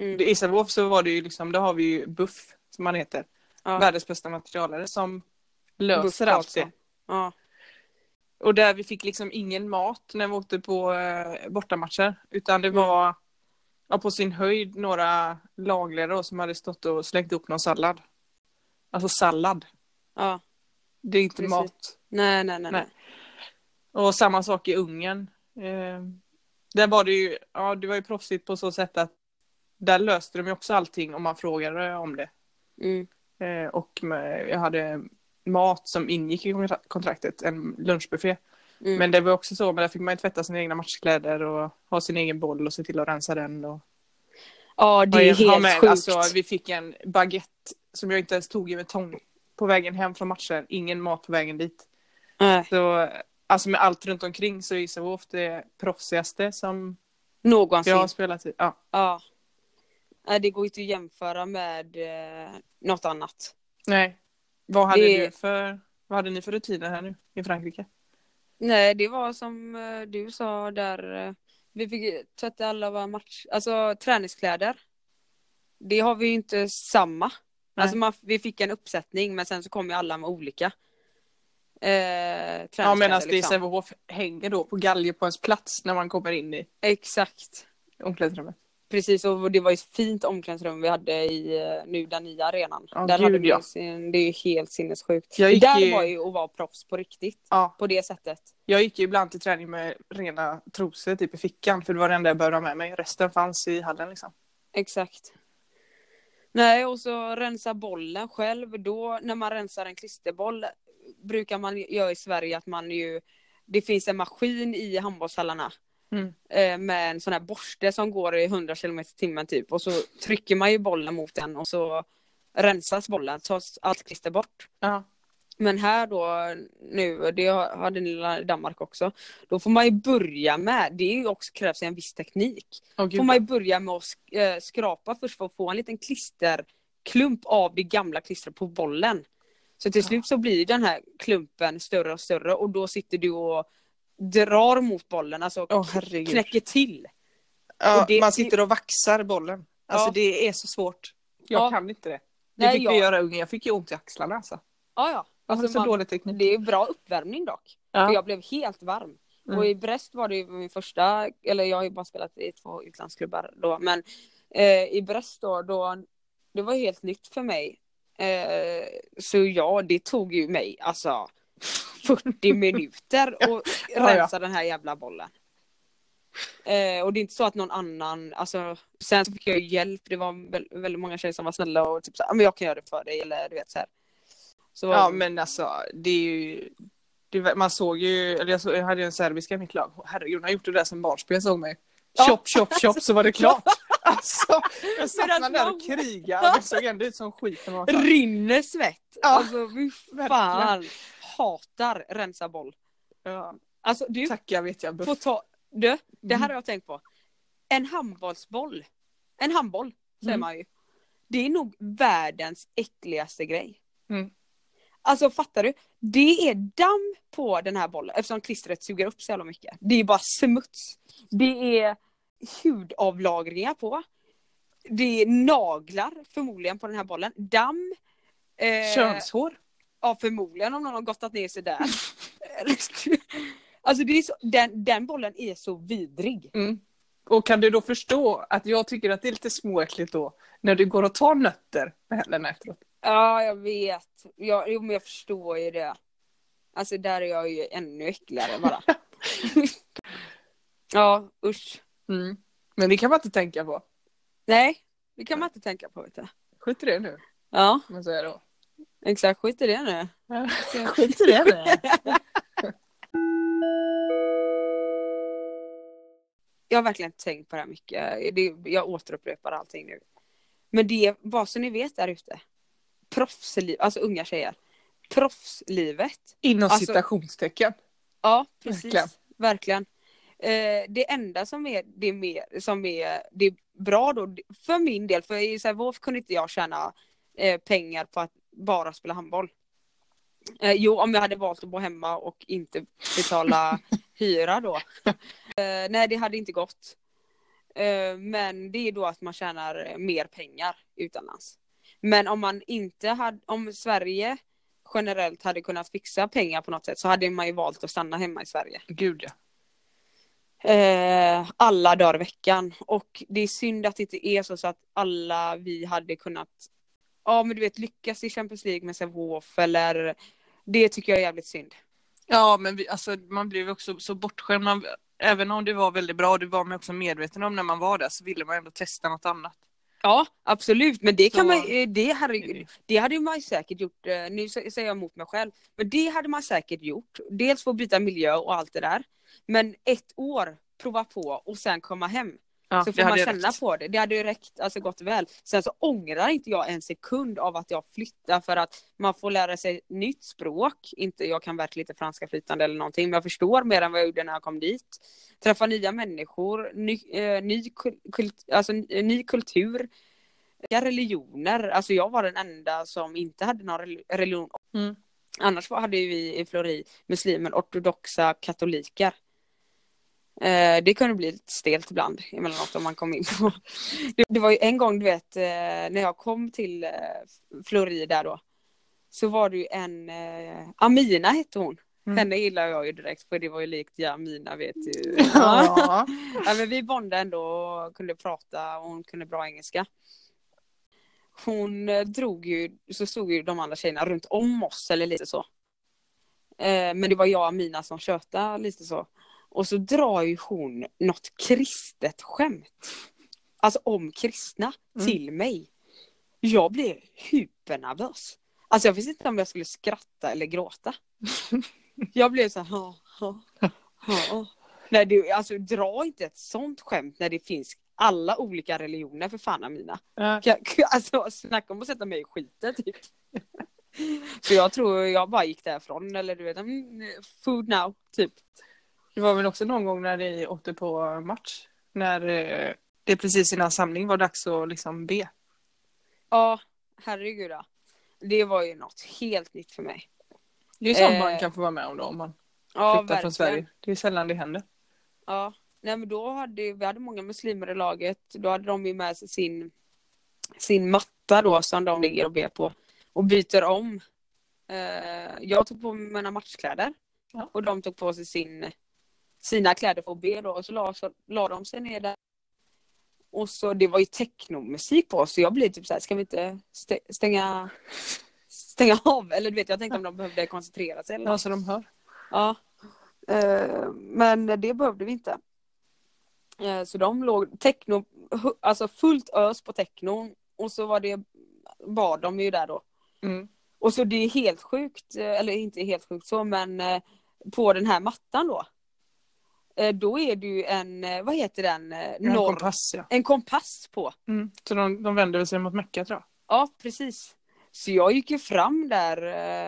[SPEAKER 1] Mm.
[SPEAKER 2] I Sävehof så var det ju liksom, då har vi ju Buff som han heter.
[SPEAKER 1] Ja. alltså.
[SPEAKER 2] Världens bästa materialare som löser
[SPEAKER 1] Buff
[SPEAKER 2] allt
[SPEAKER 1] Karlsson.
[SPEAKER 2] det.
[SPEAKER 1] Ja.
[SPEAKER 2] Och där vi fick liksom ingen mat när vi åkte på eh, bortamatcher. Utan
[SPEAKER 1] Mm.
[SPEAKER 2] det var ja, på sin höjd några lagledare då, som hade stått och slängt upp någon sallad. Alltså sallad,
[SPEAKER 1] Ja.
[SPEAKER 2] det är inte
[SPEAKER 1] Precis.
[SPEAKER 2] mat.
[SPEAKER 1] Nej, nej, nej. nej.
[SPEAKER 2] Nej. Och samma sak i Ungern. Eh, där var det ju, ja det var ju proffsigt på så sätt att där löste de ju också allting om man frågade om det.
[SPEAKER 1] Mm.
[SPEAKER 2] Eh, och med, jag hade mat som ingick i kontra- kontraktet, en lunchbuffé.
[SPEAKER 1] Mm.
[SPEAKER 2] Men det var också så, men där fick man ju tvätta sina egna matchkläder och ha sin egen boll och se till att rensa den. Och...
[SPEAKER 1] ja, det är ju
[SPEAKER 2] Ja,
[SPEAKER 1] helt
[SPEAKER 2] men,
[SPEAKER 1] sjukt.
[SPEAKER 2] Alltså, vi fick en baguette som jag inte ens tog i med tång på vägen hem från matchen. Ingen mat på vägen dit.
[SPEAKER 1] Nej.
[SPEAKER 2] Så, alltså med allt runt omkring så är Ishof det proffsigaste som
[SPEAKER 1] Någonsin.
[SPEAKER 2] jag har
[SPEAKER 1] Ja.
[SPEAKER 2] spelat i. Ja,
[SPEAKER 1] Nej, det går inte att jämföra med eh, något annat.
[SPEAKER 2] nej. Vad hade,
[SPEAKER 1] Det-
[SPEAKER 2] du för, vad hade ni för rutiner här nu i Frankrike?
[SPEAKER 1] Nej, det var som eh, du sa där. eh, Vi fick ju tvätta alla våra match, alltså träningskläder. Det har vi ju inte samma. Alltså man, vi fick en uppsättning men sen så kom ju alla med olika. Eh,
[SPEAKER 2] Ja,
[SPEAKER 1] träningskläder
[SPEAKER 2] medan det i
[SPEAKER 1] liksom.
[SPEAKER 2] Sävehof hänger då på galge på ens plats när man kommer in i
[SPEAKER 1] Exakt.
[SPEAKER 2] omklädningsrummet.
[SPEAKER 1] Precis, och det var ju ett fint omklädningsrum vi hade i eh, nu den nya arenan.
[SPEAKER 2] Ja,
[SPEAKER 1] Där
[SPEAKER 2] gud,
[SPEAKER 1] hade vi
[SPEAKER 2] ja.
[SPEAKER 1] sin, det är ju helt sinnessjukt.
[SPEAKER 2] Jag
[SPEAKER 1] Det
[SPEAKER 2] gick
[SPEAKER 1] där
[SPEAKER 2] ju-
[SPEAKER 1] var ju att vara proffs på riktigt,
[SPEAKER 2] Ja,
[SPEAKER 1] på det sättet.
[SPEAKER 2] Jag gick ju ibland till träning med rena trosor typ i fickan för det var det enda jag behövde ha med mig. Resten fanns i hallen liksom.
[SPEAKER 1] Exakt. Nej, och så rensa bollen själv. Då, när man rensar en klisterboll brukar man göra i Sverige att man ju... Det finns en maskin i handbollshallarna
[SPEAKER 2] Mm.
[SPEAKER 1] eh, med en sån här borste som går i 100 km i timmen typ. Och så trycker man ju bollen mot den och så rensas bollen, tas allt klister bort.
[SPEAKER 2] Ja.
[SPEAKER 1] Men här då nu, det hade ni i Danmark också, då får man ju börja med, det är ju också krävs en viss teknik.
[SPEAKER 2] Åh,
[SPEAKER 1] Får
[SPEAKER 2] gud.
[SPEAKER 1] man ju börja med att sk- eh, skrapa först för att få en liten klisterklump av det gamla klistret på bollen. Så till
[SPEAKER 2] Ja.
[SPEAKER 1] slut så blir den här klumpen större och större och då sitter du och drar mot bollen, alltså
[SPEAKER 2] Åh, herregud.
[SPEAKER 1] knäcker till.
[SPEAKER 2] Ja,
[SPEAKER 1] och det-
[SPEAKER 2] man sitter och vaxar bollen. Alltså
[SPEAKER 1] Ja.
[SPEAKER 2] det är så svårt. Jag
[SPEAKER 1] Ja.
[SPEAKER 2] kan inte det. Det
[SPEAKER 1] Nej,
[SPEAKER 2] fick
[SPEAKER 1] jag-
[SPEAKER 2] vi göra unga. Jag fick ju ont i axlarna alltså.
[SPEAKER 1] Ja, ja.
[SPEAKER 2] Jag hade
[SPEAKER 1] Alltså
[SPEAKER 2] så
[SPEAKER 1] man-
[SPEAKER 2] dålig teknik.
[SPEAKER 1] Det är bra uppvärmning dock. För jag blev helt varm.
[SPEAKER 2] Mm.
[SPEAKER 1] Och i Brest var det ju min första, eller jag har ju bara spelat i två utlandsklubbar då, men eh, i Brest då, då, det var helt nytt för mig. Eh, så ja, det tog ju mig alltså
[SPEAKER 2] <laughs>
[SPEAKER 1] 40 minuter att
[SPEAKER 2] ja.
[SPEAKER 1] rensa den här jävla bollen. Eh, och det är inte så att någon annan, alltså sen så fick jag ju hjälp, det var väl, väldigt många tjejer som var snälla och typ så här, "Ja, men jag kan göra det för dig eller du vet så här. Så,
[SPEAKER 2] Ja men alltså det är ju... Det, man såg ju, eller jag, såg, jag hade ju en serbiska i mitt lag. Åh, Herregud, hon har gjort det där sen barnsben jag såg mig.
[SPEAKER 1] Ja.
[SPEAKER 2] Chop, chop, chop så var
[SPEAKER 1] <laughs>
[SPEAKER 2] det klart. Alltså, jag satt
[SPEAKER 1] Medan
[SPEAKER 2] man där
[SPEAKER 1] någon-
[SPEAKER 2] och krigade. Det såg ändå ut som skit när man var klar.
[SPEAKER 1] Rinner svett!
[SPEAKER 2] Ja,
[SPEAKER 1] alltså fy
[SPEAKER 2] verkligen.
[SPEAKER 1] fan! Hatar rensa boll.
[SPEAKER 2] Ja,
[SPEAKER 1] Alltså du,
[SPEAKER 2] tacka vet jag.
[SPEAKER 1] får
[SPEAKER 2] Buff.
[SPEAKER 1] ta... Du, det här
[SPEAKER 2] Mm.
[SPEAKER 1] har jag tänkt på. En handbollsboll. En handboll, säger
[SPEAKER 2] Mm.
[SPEAKER 1] man ju. Det är nog världens äckligaste grej.
[SPEAKER 2] Mm.
[SPEAKER 1] Alltså fattar du? Det är damm på den här bollen eftersom klistret suger upp så jävla mycket. Det är bara smuts. Det är hudavlagringar på. Det är naglar förmodligen på den här bollen. Damm. eh,
[SPEAKER 2] Könshår.
[SPEAKER 1] Ja förmodligen om någon har gottat ner sig där. <laughs> alltså det är så, den, den bollen är så vidrig.
[SPEAKER 2] Mm. Och kan du då förstå att jag tycker att det är lite småäckligt då när du går och tar nötter med händerna efteråt?
[SPEAKER 1] Ja jag vet. Jag, jo men jag förstår ju det. Alltså där är jag ju ännu äckligare bara. ja usch.
[SPEAKER 2] Mm. Men det kan man inte tänka på.
[SPEAKER 1] Nej det kan man inte tänka på vet du.
[SPEAKER 2] Skit i det nu.
[SPEAKER 1] Ja
[SPEAKER 2] Men så är det då.
[SPEAKER 1] exakt skit i det nu.
[SPEAKER 2] Skit i det nu.
[SPEAKER 1] Jag har verkligen tänkt på det här mycket. Det, jag återupprepar allting nu. Men det, bara så ni vet där ute. Proffsliv, alltså unga tjejer. Proffslivet.
[SPEAKER 2] Inom
[SPEAKER 1] Alltså-
[SPEAKER 2] citationstecken.
[SPEAKER 1] Ja, precis.
[SPEAKER 2] Verkligen.
[SPEAKER 1] Verkligen. Eh, det enda som är, det är, mer, som är, det är bra då, för min del, för i Sävehof kunde inte jag tjäna eh, pengar på att bara spela handboll. Eh, jo, om jag hade valt att bo hemma och inte betala hyra då. Eh, nej, det hade inte gått. Eh, men det är då att man tjänar mer pengar utomlands. Men om man inte hade, om Sverige generellt hade kunnat fixa pengar på något sätt så hade man ju valt att stanna hemma i Sverige.
[SPEAKER 2] Gud ja.
[SPEAKER 1] Eh, alla dagar i veckan. Och det är synd att det inte är så, så att alla vi hade kunnat ja men du vet lyckas i Champions League med Sävehof eller det tycker jag är jävligt synd.
[SPEAKER 2] Ja, men vi, alltså, man blev ju också så bortskämd. Man, även om det var väldigt bra och det var man också medveten om när man var där så ville man ändå testa något annat.
[SPEAKER 1] Ja absolut men det kan
[SPEAKER 2] Så-
[SPEAKER 1] man eh, det, herregud, det hade man ju säkert gjort, eh, nu sä- säger jag emot mig själv, men det hade man säkert gjort. Dels få byta miljö och allt det där. Men ett år prova på och sen komma hem.
[SPEAKER 2] Ja,
[SPEAKER 1] så
[SPEAKER 2] det
[SPEAKER 1] får man
[SPEAKER 2] hade
[SPEAKER 1] känna
[SPEAKER 2] räckt.
[SPEAKER 1] på det. Det hade ju räckt alltså gott och väl. Sen så ångrar inte jag en sekund av att jag flyttar för att man får lära sig nytt språk. Inte, jag kan verkligen inte franska flytande eller någonting men jag förstår mer än vad jag gjorde när jag kom dit. Träffa nya människor, ny, eh, ny, kul- kult, alltså, eh, ny kultur. Nya religioner, alltså jag var den enda som inte hade någon rel- religion.
[SPEAKER 2] Mm.
[SPEAKER 1] Annars var- hade ju vi i Flori muslimer, ortodoxa katoliker. Eh, det kunde bli lite stelt ibland emellanåt om man kom in på. <laughs> Det, det var ju en gång du vet eh, när jag kom till eh, Flori där då. Så var det ju en, eh, Amina hette hon.
[SPEAKER 2] Mm.
[SPEAKER 1] Henne gillar jag ju direkt för det var ju likt ja, Amina vet ju.
[SPEAKER 2] <laughs> Ja.
[SPEAKER 1] Ja, men vi bondade ändå och kunde prata och hon kunde bra engelska. Hon eh, drog ju, så stod ju de andra tjejerna runt om oss eller lite så. Eh, men det var jag och Mina som tjötade lite så. Och så drar ju hon något kristet skämt. Alltså om kristna
[SPEAKER 2] Mm.
[SPEAKER 1] till mig. Jag blev hypernervös. Alltså jag visste inte om jag skulle skratta eller gråta. Jag blev så här, ha, ha, ha. Nej, det, alltså dra inte ett sånt skämt när det finns alla olika religioner för fan Amina.
[SPEAKER 2] Ja.
[SPEAKER 1] Kan- kan- Alltså snacka om att sätta mig i skiten typ. <laughs> Så jag tror jag bara gick därifrån eller du vet, mm, food now typ.
[SPEAKER 2] Det var väl också någon gång när ni åkte på match. När eh, det precis innan samling var dags att liksom be.
[SPEAKER 1] Ja, herregud ja. Det var ju något helt nytt för mig.
[SPEAKER 2] Det är ju sånt
[SPEAKER 1] Eh.
[SPEAKER 2] man kan få vara med om då om man
[SPEAKER 1] Ja,
[SPEAKER 2] flyttar från Sverige. Det är sällan det händer.
[SPEAKER 1] Ja, nej men då hade ju- vi hade många muslimer i laget. Då hade de ju med sig sin, sin matta då som de ligger och ber på och byter om. Eh, jag tog på mig mina matchkläder
[SPEAKER 2] Ja.
[SPEAKER 1] och de tog på sig sin, sina kläder för att be då och så la, så la de sig ner där. Och så det var ju technomusik på så jag blev typ så här, ska vi inte stä- stänga, <laughs> stänga av? Eller du vet, jag tänkte om de behövde koncentrera sig eller
[SPEAKER 2] Ja, så de hör.
[SPEAKER 1] Ja. Eh, men det behövde vi inte. Eh, så de låg techno, hu- alltså fullt ös på technon och så var det, var de ju där då.
[SPEAKER 2] Mm.
[SPEAKER 1] Och så det är helt sjukt, eh, eller inte helt sjukt så men eh, på den här mattan då. eh, Då är det ju en, eh, vad heter den? Eh,
[SPEAKER 2] En
[SPEAKER 1] norr-
[SPEAKER 2] kompass ja.
[SPEAKER 1] en kompass på.
[SPEAKER 2] Mm. Så de, de vänder sig mot Mecka tror jag.
[SPEAKER 1] Ja, precis. Så jag gick ju fram där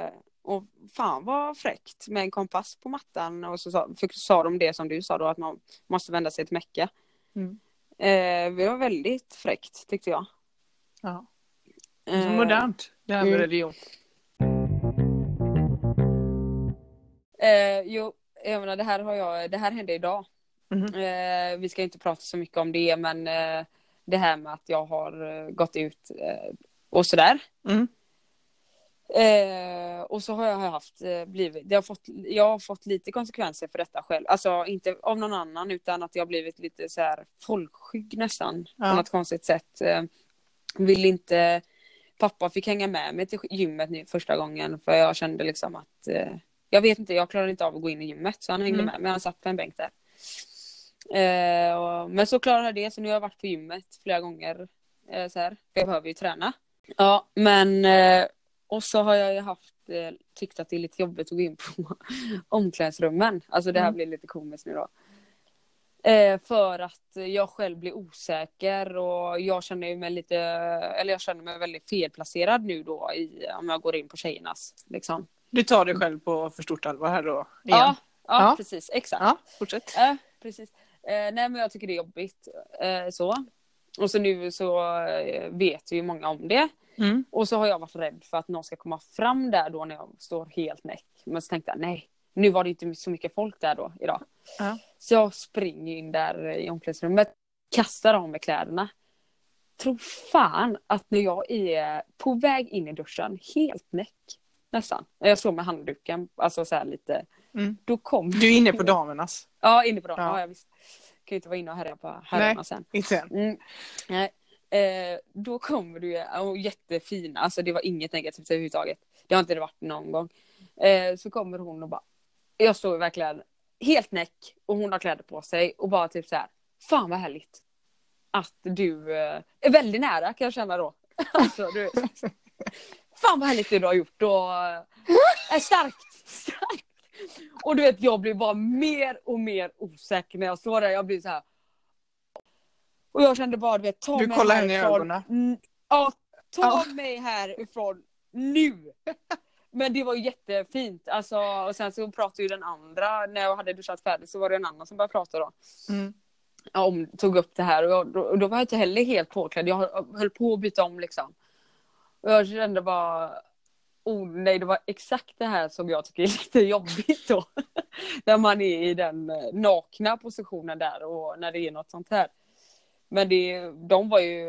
[SPEAKER 1] eh, och fan vad fräckt med en kompass på mattan och så sa, för, sa de det som du sa då att man måste vända sig till Mecka.
[SPEAKER 2] Mm.
[SPEAKER 1] Eh, det var väldigt fräckt tyckte jag.
[SPEAKER 2] Ja. Det är så
[SPEAKER 1] Eh,
[SPEAKER 2] modernt det här med
[SPEAKER 1] Mm.
[SPEAKER 2] religion.
[SPEAKER 1] Eh, jo, jag menar, det här har jag, det här hände idag.
[SPEAKER 2] Mhm.
[SPEAKER 1] Eh, vi ska inte prata så mycket om det men eh, det här med att jag har eh, gått ut eh, och sådär.
[SPEAKER 2] Mm.
[SPEAKER 1] Eh, och så har jag haft, eh, blivit, det har fått, jag har fått lite konsekvenser för detta själv. Alltså inte av någon annan utan att jag har blivit lite så här folkskygg nästan.
[SPEAKER 2] Ja.
[SPEAKER 1] På något konstigt sätt. Eh, vill inte, pappa fick hänga med mig till gymmet nu första gången för jag kände liksom att eh, jag vet inte, jag klarade inte av att gå in i gymmet så han hängde
[SPEAKER 2] Mm.
[SPEAKER 1] med mig, han satt på en bänk där. Eh, och, men så klarade jag det så nu har jag varit på gymmet flera gånger. Eh, så här. för Jag behöver ju träna. Ja men eh, och så har jag ju haft, eh, tyckt att det är lite jobbigt att gå in på <laughs> omklädningsrummen. Alltså det här
[SPEAKER 2] Mm.
[SPEAKER 1] blir lite komiskt nu då. Eh, för att jag själv blir osäker och jag känner ju mig lite, eller jag känner mig väldigt felplacerad nu då i, om jag går in på tjejernas liksom.
[SPEAKER 2] Du tar dig själv på för stort allvar här då. Igen.
[SPEAKER 1] Ja, ja,
[SPEAKER 2] Ja.
[SPEAKER 1] precis, exakt.
[SPEAKER 2] ja, fortsätt.
[SPEAKER 1] Ja, precis. Eh, nej men jag tycker det är jobbigt. Eh, så. Och så nu så eh, vet ju många om det.
[SPEAKER 2] Mm.
[SPEAKER 1] Och så har jag varit rädd för att någon ska komma fram där då när jag står helt näck. Men så tänkte jag nej, nu var det inte så mycket folk där då idag.
[SPEAKER 2] Ja.
[SPEAKER 1] Så jag springer in där i omklädningsrummet, kastar av mig kläderna. Tror fan att när jag är på väg in i duschen, helt näck, nästan. Jag slår med handduken, alltså så här lite.
[SPEAKER 2] Mm.
[SPEAKER 1] Då kom
[SPEAKER 2] Du är inne på damernas.
[SPEAKER 1] Ja, inne på dagen.
[SPEAKER 2] Ja.
[SPEAKER 1] Ja, ja visst. Kan ju inte vara inne och härja på herrarna sen.
[SPEAKER 2] Inte än.
[SPEAKER 1] Mm. Nej. Eh, då kommer du ju, och jättefina, alltså det var inget negativt överhuvudtaget. Det har inte det varit någon gång. Eh, så kommer hon och bara, jag står verkligen helt näck och hon har kläder på sig och bara typ så här, fan vad härligt. Att du eh, är väldigt nära kan jag känna då. <laughs> alltså, du, fan vad härligt det du har gjort och eh, är starkt, starkt. Och du vet jag blir bara mer och mer osäker när jag står där, jag blir så här. Och jag kände bara du vet, ta
[SPEAKER 2] Du
[SPEAKER 1] mig
[SPEAKER 2] kollar henne i
[SPEAKER 1] härifrån.
[SPEAKER 2] ögonen.
[SPEAKER 1] Mm, Ja, ta
[SPEAKER 2] Ja.
[SPEAKER 1] mig härifrån nu! Men det var ju jättefint. Alltså, och sen så pratade ju den andra, när jag hade duschat färdigt så var det en annan som började prata då.
[SPEAKER 2] Mm.
[SPEAKER 1] Ja, om, tog upp det här och, jag, då, och då var jag inte heller helt påklädd. Jag höll höll på att byta om liksom. Och jag kände bara, oh nej, det var exakt det här som jag tycker är <laughs> lite jobbigt då. <laughs> när man är i den eh, nakna positionen där och när det är något sånt här. Men det, de var ju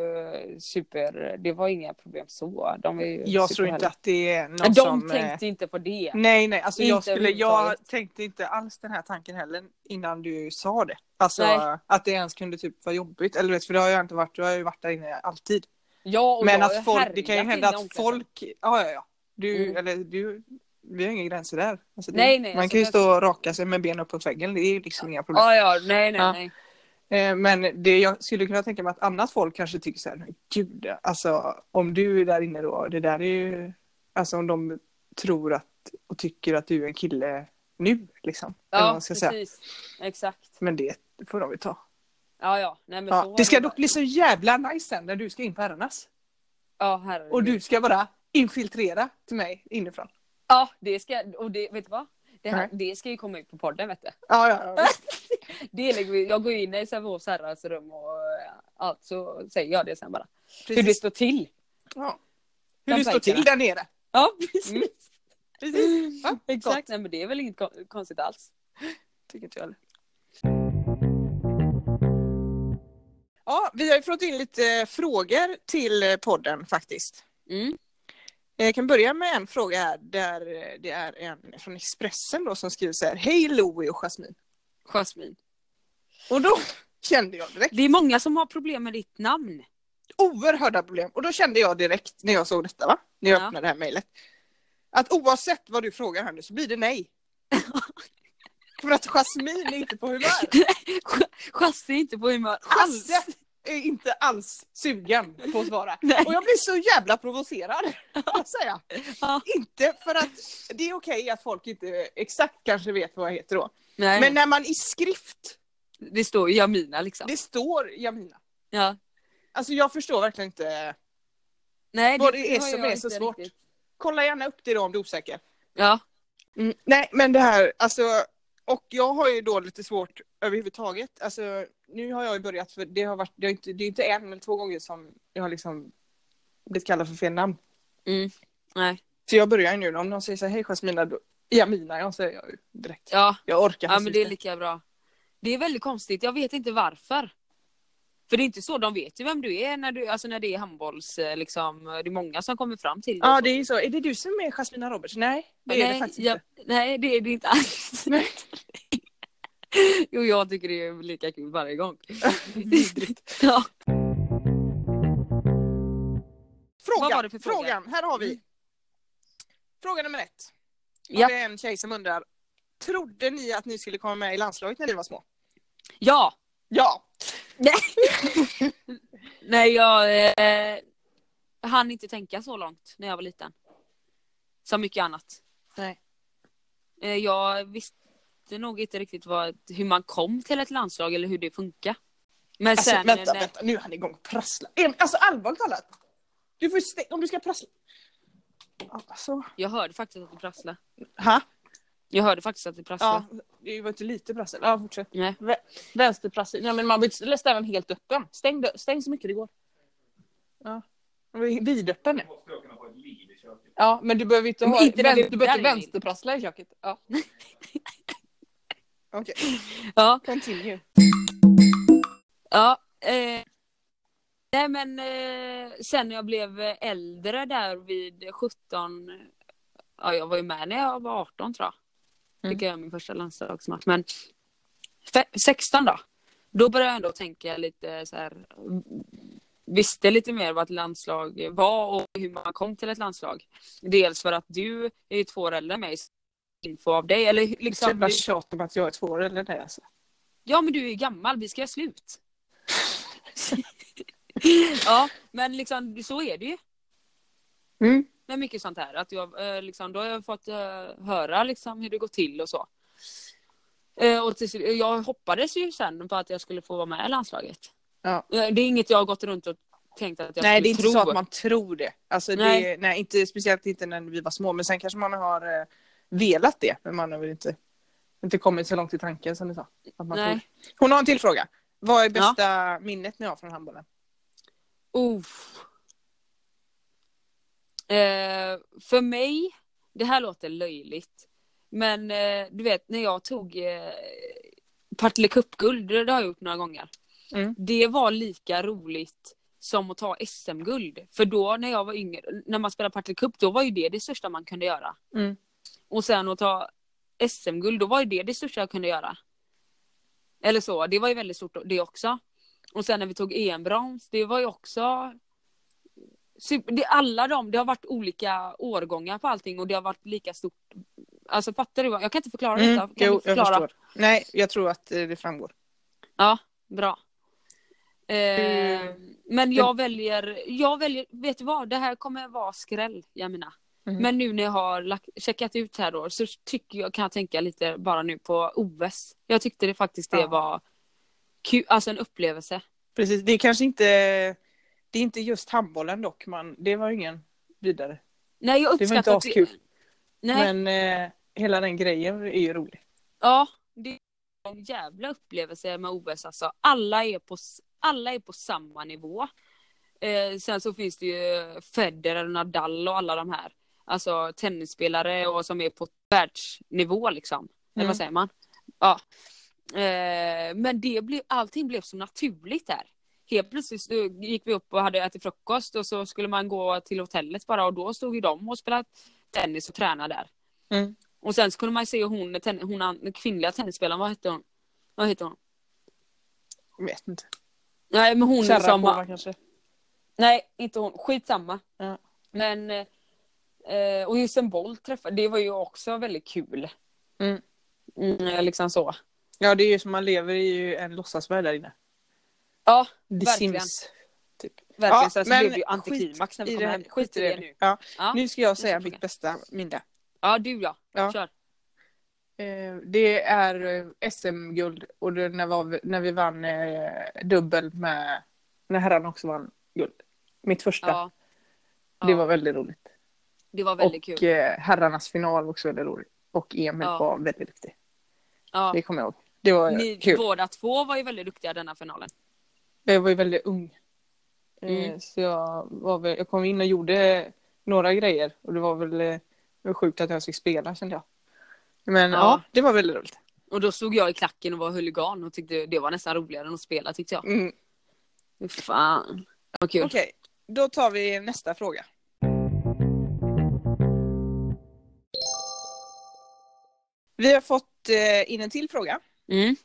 [SPEAKER 1] super, det var inga problem så. De var ju
[SPEAKER 2] Jag tror inte
[SPEAKER 1] superhärliga.
[SPEAKER 2] att det är någon
[SPEAKER 1] Men De
[SPEAKER 2] som... eh,
[SPEAKER 1] tänkte inte på det.
[SPEAKER 2] Nej, nej, alltså jag,
[SPEAKER 1] Inte
[SPEAKER 2] skulle, jag
[SPEAKER 1] överhuvudtaget.
[SPEAKER 2] tänkte inte alls den här tanken heller innan du sa det. Alltså
[SPEAKER 1] Nej.
[SPEAKER 2] att det ens kunde typ vara jobbigt. Eller vet, för det har jag inte varit, du har ju varit där inne alltid.
[SPEAKER 1] Ja, och
[SPEAKER 2] Men
[SPEAKER 1] jag har
[SPEAKER 2] att folk, det kan ju
[SPEAKER 1] härjat inne
[SPEAKER 2] hända
[SPEAKER 1] i
[SPEAKER 2] att
[SPEAKER 1] omklädningsrummet.
[SPEAKER 2] folk, ja ja ja. Du,
[SPEAKER 1] Mm.
[SPEAKER 2] eller du, vi har inga gränser där. Alltså, det,
[SPEAKER 1] Nej, nej,
[SPEAKER 2] man
[SPEAKER 1] alltså,
[SPEAKER 2] kan ju
[SPEAKER 1] det-
[SPEAKER 2] stå och raka sig med benen upp på väggen, det är ju liksom inga problem.
[SPEAKER 1] Ja, ja, nej, nej,
[SPEAKER 2] Ja.
[SPEAKER 1] nej.
[SPEAKER 2] Eh, Men det jag skulle kunna tänka mig att annat folk kanske tycker så här, "Men gud, alltså om du är där inne då, det där är ju, alltså om de tror att och tycker att du är en kille nu liksom. eller vad
[SPEAKER 1] Ja,
[SPEAKER 2] man ska
[SPEAKER 1] precis.
[SPEAKER 2] säga.
[SPEAKER 1] Exakt.
[SPEAKER 2] Men det får de ju ta.
[SPEAKER 1] Ja, ja. Nej, men så
[SPEAKER 2] Ja.
[SPEAKER 1] var
[SPEAKER 2] Det ska
[SPEAKER 1] bara.
[SPEAKER 2] dock bli så jävla nice sen när du ska in på herrarnas.
[SPEAKER 1] Ja, herregud.
[SPEAKER 2] Och du ska bara infiltrera till mig inifrån.
[SPEAKER 1] Ja, det ska... Och det, vet du vad? Det, här,
[SPEAKER 2] Nej.
[SPEAKER 1] det ska ju komma ut på podden, vet du.
[SPEAKER 2] Ja, ja, ja.
[SPEAKER 1] <laughs> Det lägger vi, jag går in i Sävehofs herrars rum och eh, allt, så säger jag det sen bara. Hur det
[SPEAKER 2] Precis.
[SPEAKER 1] står till.
[SPEAKER 2] Ja. Hur
[SPEAKER 1] Den
[SPEAKER 2] du står
[SPEAKER 1] pojkarna.
[SPEAKER 2] till där nere.
[SPEAKER 1] Ja, <laughs> precis.
[SPEAKER 2] Mm. Precis. Ja,
[SPEAKER 1] Exakt. Nej, men det är väl inget kon- konstigt alls.
[SPEAKER 2] Tycker inte jag heller. Ja, vi har ju fått in lite eh, frågor till eh, podden faktiskt. Eh,
[SPEAKER 1] Mm.
[SPEAKER 2] Jag kan börja med en fråga här där eh, det är en från Expressen då som skriver så här. Hej Louie och Jasmine.
[SPEAKER 1] Jasmin.
[SPEAKER 2] Och då <laughs> kände jag direkt
[SPEAKER 1] Det är många som har problem med ditt <laughs> namn.
[SPEAKER 2] oerhörda problem. Och då kände jag direkt när jag såg detta va? När jag
[SPEAKER 1] Ja.
[SPEAKER 2] öppnade det här mejlet. Att oavsett vad du frågar här nu så blir det nej. <laughs> För att Jasmine är inte på humör.
[SPEAKER 1] Jassi är inte på humör
[SPEAKER 2] Alls.
[SPEAKER 1] alls.
[SPEAKER 2] är inte alls sugen på att <laughs> svara.
[SPEAKER 1] Nej.
[SPEAKER 2] Och jag blir så jävla provocerad. <laughs> att säga.
[SPEAKER 1] Ja.
[SPEAKER 2] Inte för att det är okej att folk inte exakt kanske vet vad jag heter då.
[SPEAKER 1] Nej,
[SPEAKER 2] Men när man i skrift,
[SPEAKER 1] det står ju Jamina liksom.
[SPEAKER 2] det står Jamina.
[SPEAKER 1] Ja.
[SPEAKER 2] Alltså jag förstår verkligen inte.
[SPEAKER 1] Nej,
[SPEAKER 2] Vad det är
[SPEAKER 1] har
[SPEAKER 2] som
[SPEAKER 1] jag
[SPEAKER 2] är så
[SPEAKER 1] inte
[SPEAKER 2] svårt. Kolla gärna upp det då om du är osäker.
[SPEAKER 1] Ja.
[SPEAKER 2] Mm. Nej men det här, alltså. Och jag har ju då lite svårt överhuvudtaget. Alltså nu har jag ju börjat för det har varit, det är inte, det är inte en eller två gånger som jag har liksom blivit kallad för fel namn.
[SPEAKER 1] Mm. Nej.
[SPEAKER 2] Så jag börjar ju nu, om någon säger så här, hej Jasmina, då, ja mina, jag säger jag ju direkt.
[SPEAKER 1] Ja.
[SPEAKER 2] Jag orkar
[SPEAKER 1] Ja
[SPEAKER 2] faktiskt
[SPEAKER 1] men det är
[SPEAKER 2] inte.
[SPEAKER 1] lika bra. Det är väldigt konstigt, jag vet inte varför. För det är inte så, de vet ju vem du är när, du, alltså när det är handbolls... eh, Liksom, det är många som kommer fram till dig.
[SPEAKER 2] Ja det är ju så, är det du som är Jasmina Roberts? Nej, det är
[SPEAKER 1] nej,
[SPEAKER 2] det faktiskt
[SPEAKER 1] jag,
[SPEAKER 2] inte.
[SPEAKER 1] Nej det är det inte alls.
[SPEAKER 2] Nej.
[SPEAKER 1] <laughs> jo jag tycker det är lika kul varje
[SPEAKER 2] <laughs>
[SPEAKER 1] gång. ja. <laughs>
[SPEAKER 2] Frågan,
[SPEAKER 1] Vad var det för fråga?
[SPEAKER 2] frågan, här har vi.
[SPEAKER 1] Mm.
[SPEAKER 2] Fråga nummer ett. Och
[SPEAKER 1] Japp.
[SPEAKER 2] Det är en tjej som undrar, trodde ni att ni skulle komma med i landslaget när ni var små?
[SPEAKER 1] ja!
[SPEAKER 2] Ja!
[SPEAKER 1] <laughs> Nej jag eh, hann inte tänka så långt när jag var liten. Som mycket annat.
[SPEAKER 2] Nej.
[SPEAKER 1] Eh, jag visste nog inte riktigt vad, hur man kom till ett landslag eller hur det funkar. Men
[SPEAKER 2] Alltså
[SPEAKER 1] sen... eh,
[SPEAKER 2] vänta,
[SPEAKER 1] när-
[SPEAKER 2] vänta, nu är han igång och prasslar. Em, Alltså allvarligt talat. Du får ju stäng- om du ska prassla. Alltså.
[SPEAKER 1] Jag hörde faktiskt att det prasslade.
[SPEAKER 2] Ha?
[SPEAKER 1] Jag hörde faktiskt att det prasslade.
[SPEAKER 2] Ja, det var inte lite prassel. Ja, fortsätt.
[SPEAKER 1] Nej.
[SPEAKER 2] Vä- Vänsterprassel. Nej, men man vill inte ställa den helt öppen. Stäng, dö- stäng så mycket det går. Ja. Den är Vidöppen nu.
[SPEAKER 3] måste jag kunna ha ett liv i köket.
[SPEAKER 2] Ja, men du behöver inte
[SPEAKER 1] Men
[SPEAKER 2] ha...
[SPEAKER 1] inte där
[SPEAKER 2] vän-
[SPEAKER 1] vi-
[SPEAKER 2] du behöver inte
[SPEAKER 1] där vi vill.
[SPEAKER 2] vänsterprassla i köket. Ja. <laughs> Okej,
[SPEAKER 1] Ja.
[SPEAKER 2] continue.
[SPEAKER 1] Ja. Eh, nej men eh, sen när jag blev äldre där vid 17, ja, jag var ju med när jag var 18 tror jag.
[SPEAKER 2] Mm.
[SPEAKER 1] Fick jag göra min första landslagsmatch. Men fe- 16 då. Då började jag ändå tänka lite så här. Visste lite mer vad ett landslag var och hur man kom till ett landslag. Dels för att du är ju två år äldre än mig. så Info av dig eller
[SPEAKER 2] Så
[SPEAKER 1] liksom.
[SPEAKER 2] jävla tjat om att jag är två år eller det alltså.
[SPEAKER 1] Ja men du är ju gammal, vi ska göra
[SPEAKER 2] <laughs>
[SPEAKER 1] slut. ja men liksom så är det ju.
[SPEAKER 2] Mm.
[SPEAKER 1] med mycket sånt här. Att jag, eh, liksom, då har jag fått eh, höra liksom, hur det går till och så. Eh, och till, slut- jag hoppades ju sen på att jag skulle få vara med i landslaget.
[SPEAKER 2] Ja.
[SPEAKER 1] Eh, det är inget jag har gått runt och tänkt att jag
[SPEAKER 2] Nej det är
[SPEAKER 1] skulle
[SPEAKER 2] inte
[SPEAKER 1] tro.
[SPEAKER 2] så att man tror det. Alltså,
[SPEAKER 1] Nej.
[SPEAKER 2] nej. Det, nej inte, speciellt inte när vi var små men sen kanske man har eh, velat det men man har väl inte, inte kommit så långt i tanken som du sa. Att man
[SPEAKER 1] Nej.
[SPEAKER 2] tror. Hon har en till fråga. Vad är bästa minnet ni har från handbollen?
[SPEAKER 1] Uff. Eh, för mig, det här låter löjligt. Men eh, du vet när jag tog eh, Partille Cup-guld, det det har jag gjort några gånger.
[SPEAKER 2] Mm.
[SPEAKER 1] Det var lika roligt som att ta SM-guld. För då när jag var yngre, när man spelade Partille Cup, då var ju det det största man kunde göra.
[SPEAKER 2] Mm.
[SPEAKER 1] Och sen att ta SM-guld, då var ju det det största jag kunde göra. Eller så, det var ju väldigt stort det också. Och sen när vi tog EM-brons, det var ju också... Super, det, alla de, det har varit olika årgångar på allting och det har varit lika stort. Alltså fattar du? vad- Jag kan inte förklara
[SPEAKER 2] Mm,
[SPEAKER 1] detta. Kan du
[SPEAKER 2] Jo, jag
[SPEAKER 1] förklara?
[SPEAKER 2] förstår. Nej jag tror att eh, det framgår.
[SPEAKER 1] Ja, bra. Eh,
[SPEAKER 2] Mm.
[SPEAKER 1] Men jag väljer, jag väljer, vet du vad, det här kommer vara skräll, Jamina.
[SPEAKER 2] Mm.
[SPEAKER 1] Men nu när jag har lagt, checkat ut här då så tycker jag, kan jag tänka lite bara nu på OS. Jag tyckte det faktiskt det
[SPEAKER 2] Ja.
[SPEAKER 1] var kul, alltså en upplevelse.
[SPEAKER 2] Precis, det är kanske inte, det är inte just handbollen dock, man, det var ju ingen vidare.
[SPEAKER 1] Nej, jag
[SPEAKER 2] Det var inte
[SPEAKER 1] uppskattar att
[SPEAKER 2] askul,
[SPEAKER 1] Nej,
[SPEAKER 2] men eh, hela den grejen är ju rolig.
[SPEAKER 1] ja. Det är en jävla upplevelse med OS alltså. Alla är på, s- alla är på samma nivå. Eh, sen så finns det ju Federer och Nadal och alla de här. Alltså tennisspelare och som är på världsnivå liksom. Eller
[SPEAKER 2] Mm.
[SPEAKER 1] vad säger man? Ja. Eh, men det blev, allting blev så naturligt där. Helt plötsligt så gick vi upp och hade ätit frukost och så skulle man gå till hotellet bara och då stod ju de och spelade tennis och tränade där.
[SPEAKER 2] Mm.
[SPEAKER 1] Och sen så kunde man ju se hon, ten, hon an- den kvinnliga tennisspelaren, vad hette hon? Vad hette hon?
[SPEAKER 2] Jag vet inte.
[SPEAKER 1] Nej men hon som...
[SPEAKER 2] Sharapova kanske?
[SPEAKER 1] Nej, inte hon. Skitsamma.
[SPEAKER 2] Ja.
[SPEAKER 1] Men... Eh, och Usain Bolt träffade, det var ju också väldigt kul.
[SPEAKER 2] Mm.
[SPEAKER 1] Mm, liksom så.
[SPEAKER 2] Ja, det är ju som man lever i ju en låtsasvärld där inne.
[SPEAKER 1] Ja,
[SPEAKER 2] The
[SPEAKER 1] verkligen.
[SPEAKER 2] Sims. Typ.
[SPEAKER 1] verkligen.
[SPEAKER 2] Ja,
[SPEAKER 1] så, här, så
[SPEAKER 2] men
[SPEAKER 1] blev det ju
[SPEAKER 2] skit
[SPEAKER 1] antiklimax när vi
[SPEAKER 2] i
[SPEAKER 1] kom
[SPEAKER 2] det här-
[SPEAKER 1] hem. Skit i det nu.
[SPEAKER 2] Ja.
[SPEAKER 1] Ja,
[SPEAKER 2] Nu ska jag
[SPEAKER 1] ska
[SPEAKER 2] säga
[SPEAKER 1] fråga.
[SPEAKER 2] mitt bästa minne.
[SPEAKER 1] ja du ja.
[SPEAKER 2] Ja.
[SPEAKER 1] Kör.
[SPEAKER 2] Eh, Det är eh, SM-guld och det när, var vi, när vi vann eh, dubbel med, när herrarna också vann guld. Mitt första.
[SPEAKER 1] Ja. Ja,
[SPEAKER 2] Det var väldigt roligt.
[SPEAKER 1] det var väldigt
[SPEAKER 2] och
[SPEAKER 1] kul.
[SPEAKER 2] eh, herrarnas final var också väldigt rolig. Och Emil
[SPEAKER 1] Ja.
[SPEAKER 2] var väldigt duktig.
[SPEAKER 1] Ja.
[SPEAKER 2] Det kommer jag ihåg. Det var
[SPEAKER 1] Ni
[SPEAKER 2] kul.
[SPEAKER 1] båda två var ju väldigt duktiga i denna finalen.
[SPEAKER 2] Jag var ju väldigt ung. Eh,
[SPEAKER 1] Mm.
[SPEAKER 2] Så jag, var väl, jag kom in och gjorde några grejer. Och det var väl eh, det var sjukt att jag ens fick spela kände jag. Men
[SPEAKER 1] Ja.
[SPEAKER 2] ja, det var väldigt roligt.
[SPEAKER 1] Och då stod jag i klacken och var huligan och tyckte det var nästan roligare än att spela tyckte jag.
[SPEAKER 2] Mm.
[SPEAKER 1] Fy Fan. Vad kul.
[SPEAKER 2] Okej, då tar vi nästa fråga. Vi har fått eh, in en till fråga
[SPEAKER 1] Mm.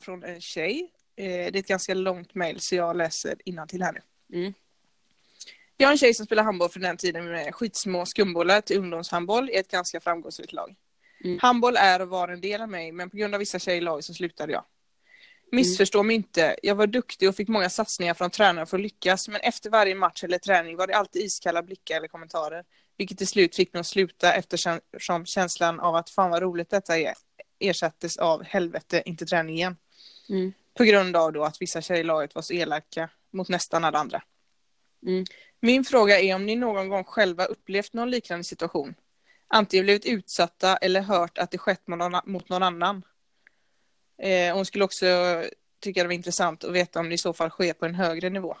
[SPEAKER 2] från en tjej. Eh, Det är ett ganska långt mejl så jag läser till här nu.
[SPEAKER 1] Mm.
[SPEAKER 2] Jag har en tjej som spelar handboll från den tiden med skitsmå skumbollar till ungdomshandboll i ett ganska framgångsrikt lag.
[SPEAKER 1] Mm.
[SPEAKER 2] Handboll är och var en del av mig men på grund av vissa tjejer i laget så slutade jag. Missförstå mig inte, jag var duktig och fick många satsningar från tränaren för att lyckas men efter varje match eller träning var det alltid iskalla blickar eller kommentarer. Vilket till slut fick mig att sluta eftersom känslan av att fan vad roligt detta är ersattes av helvete, inte träning igen.
[SPEAKER 1] Mm.
[SPEAKER 2] På grund av då att vissa tjejer i laget var så elaka mot nästan alla andra.
[SPEAKER 1] Mm.
[SPEAKER 2] Min fråga är om ni någon gång själva upplevt någon liknande situation. Antingen blivit utsatta eller hört att det skett mot någon, mot någon annan. Eh, hon skulle också tycka det var intressant att veta om det i så fall sker på en högre nivå.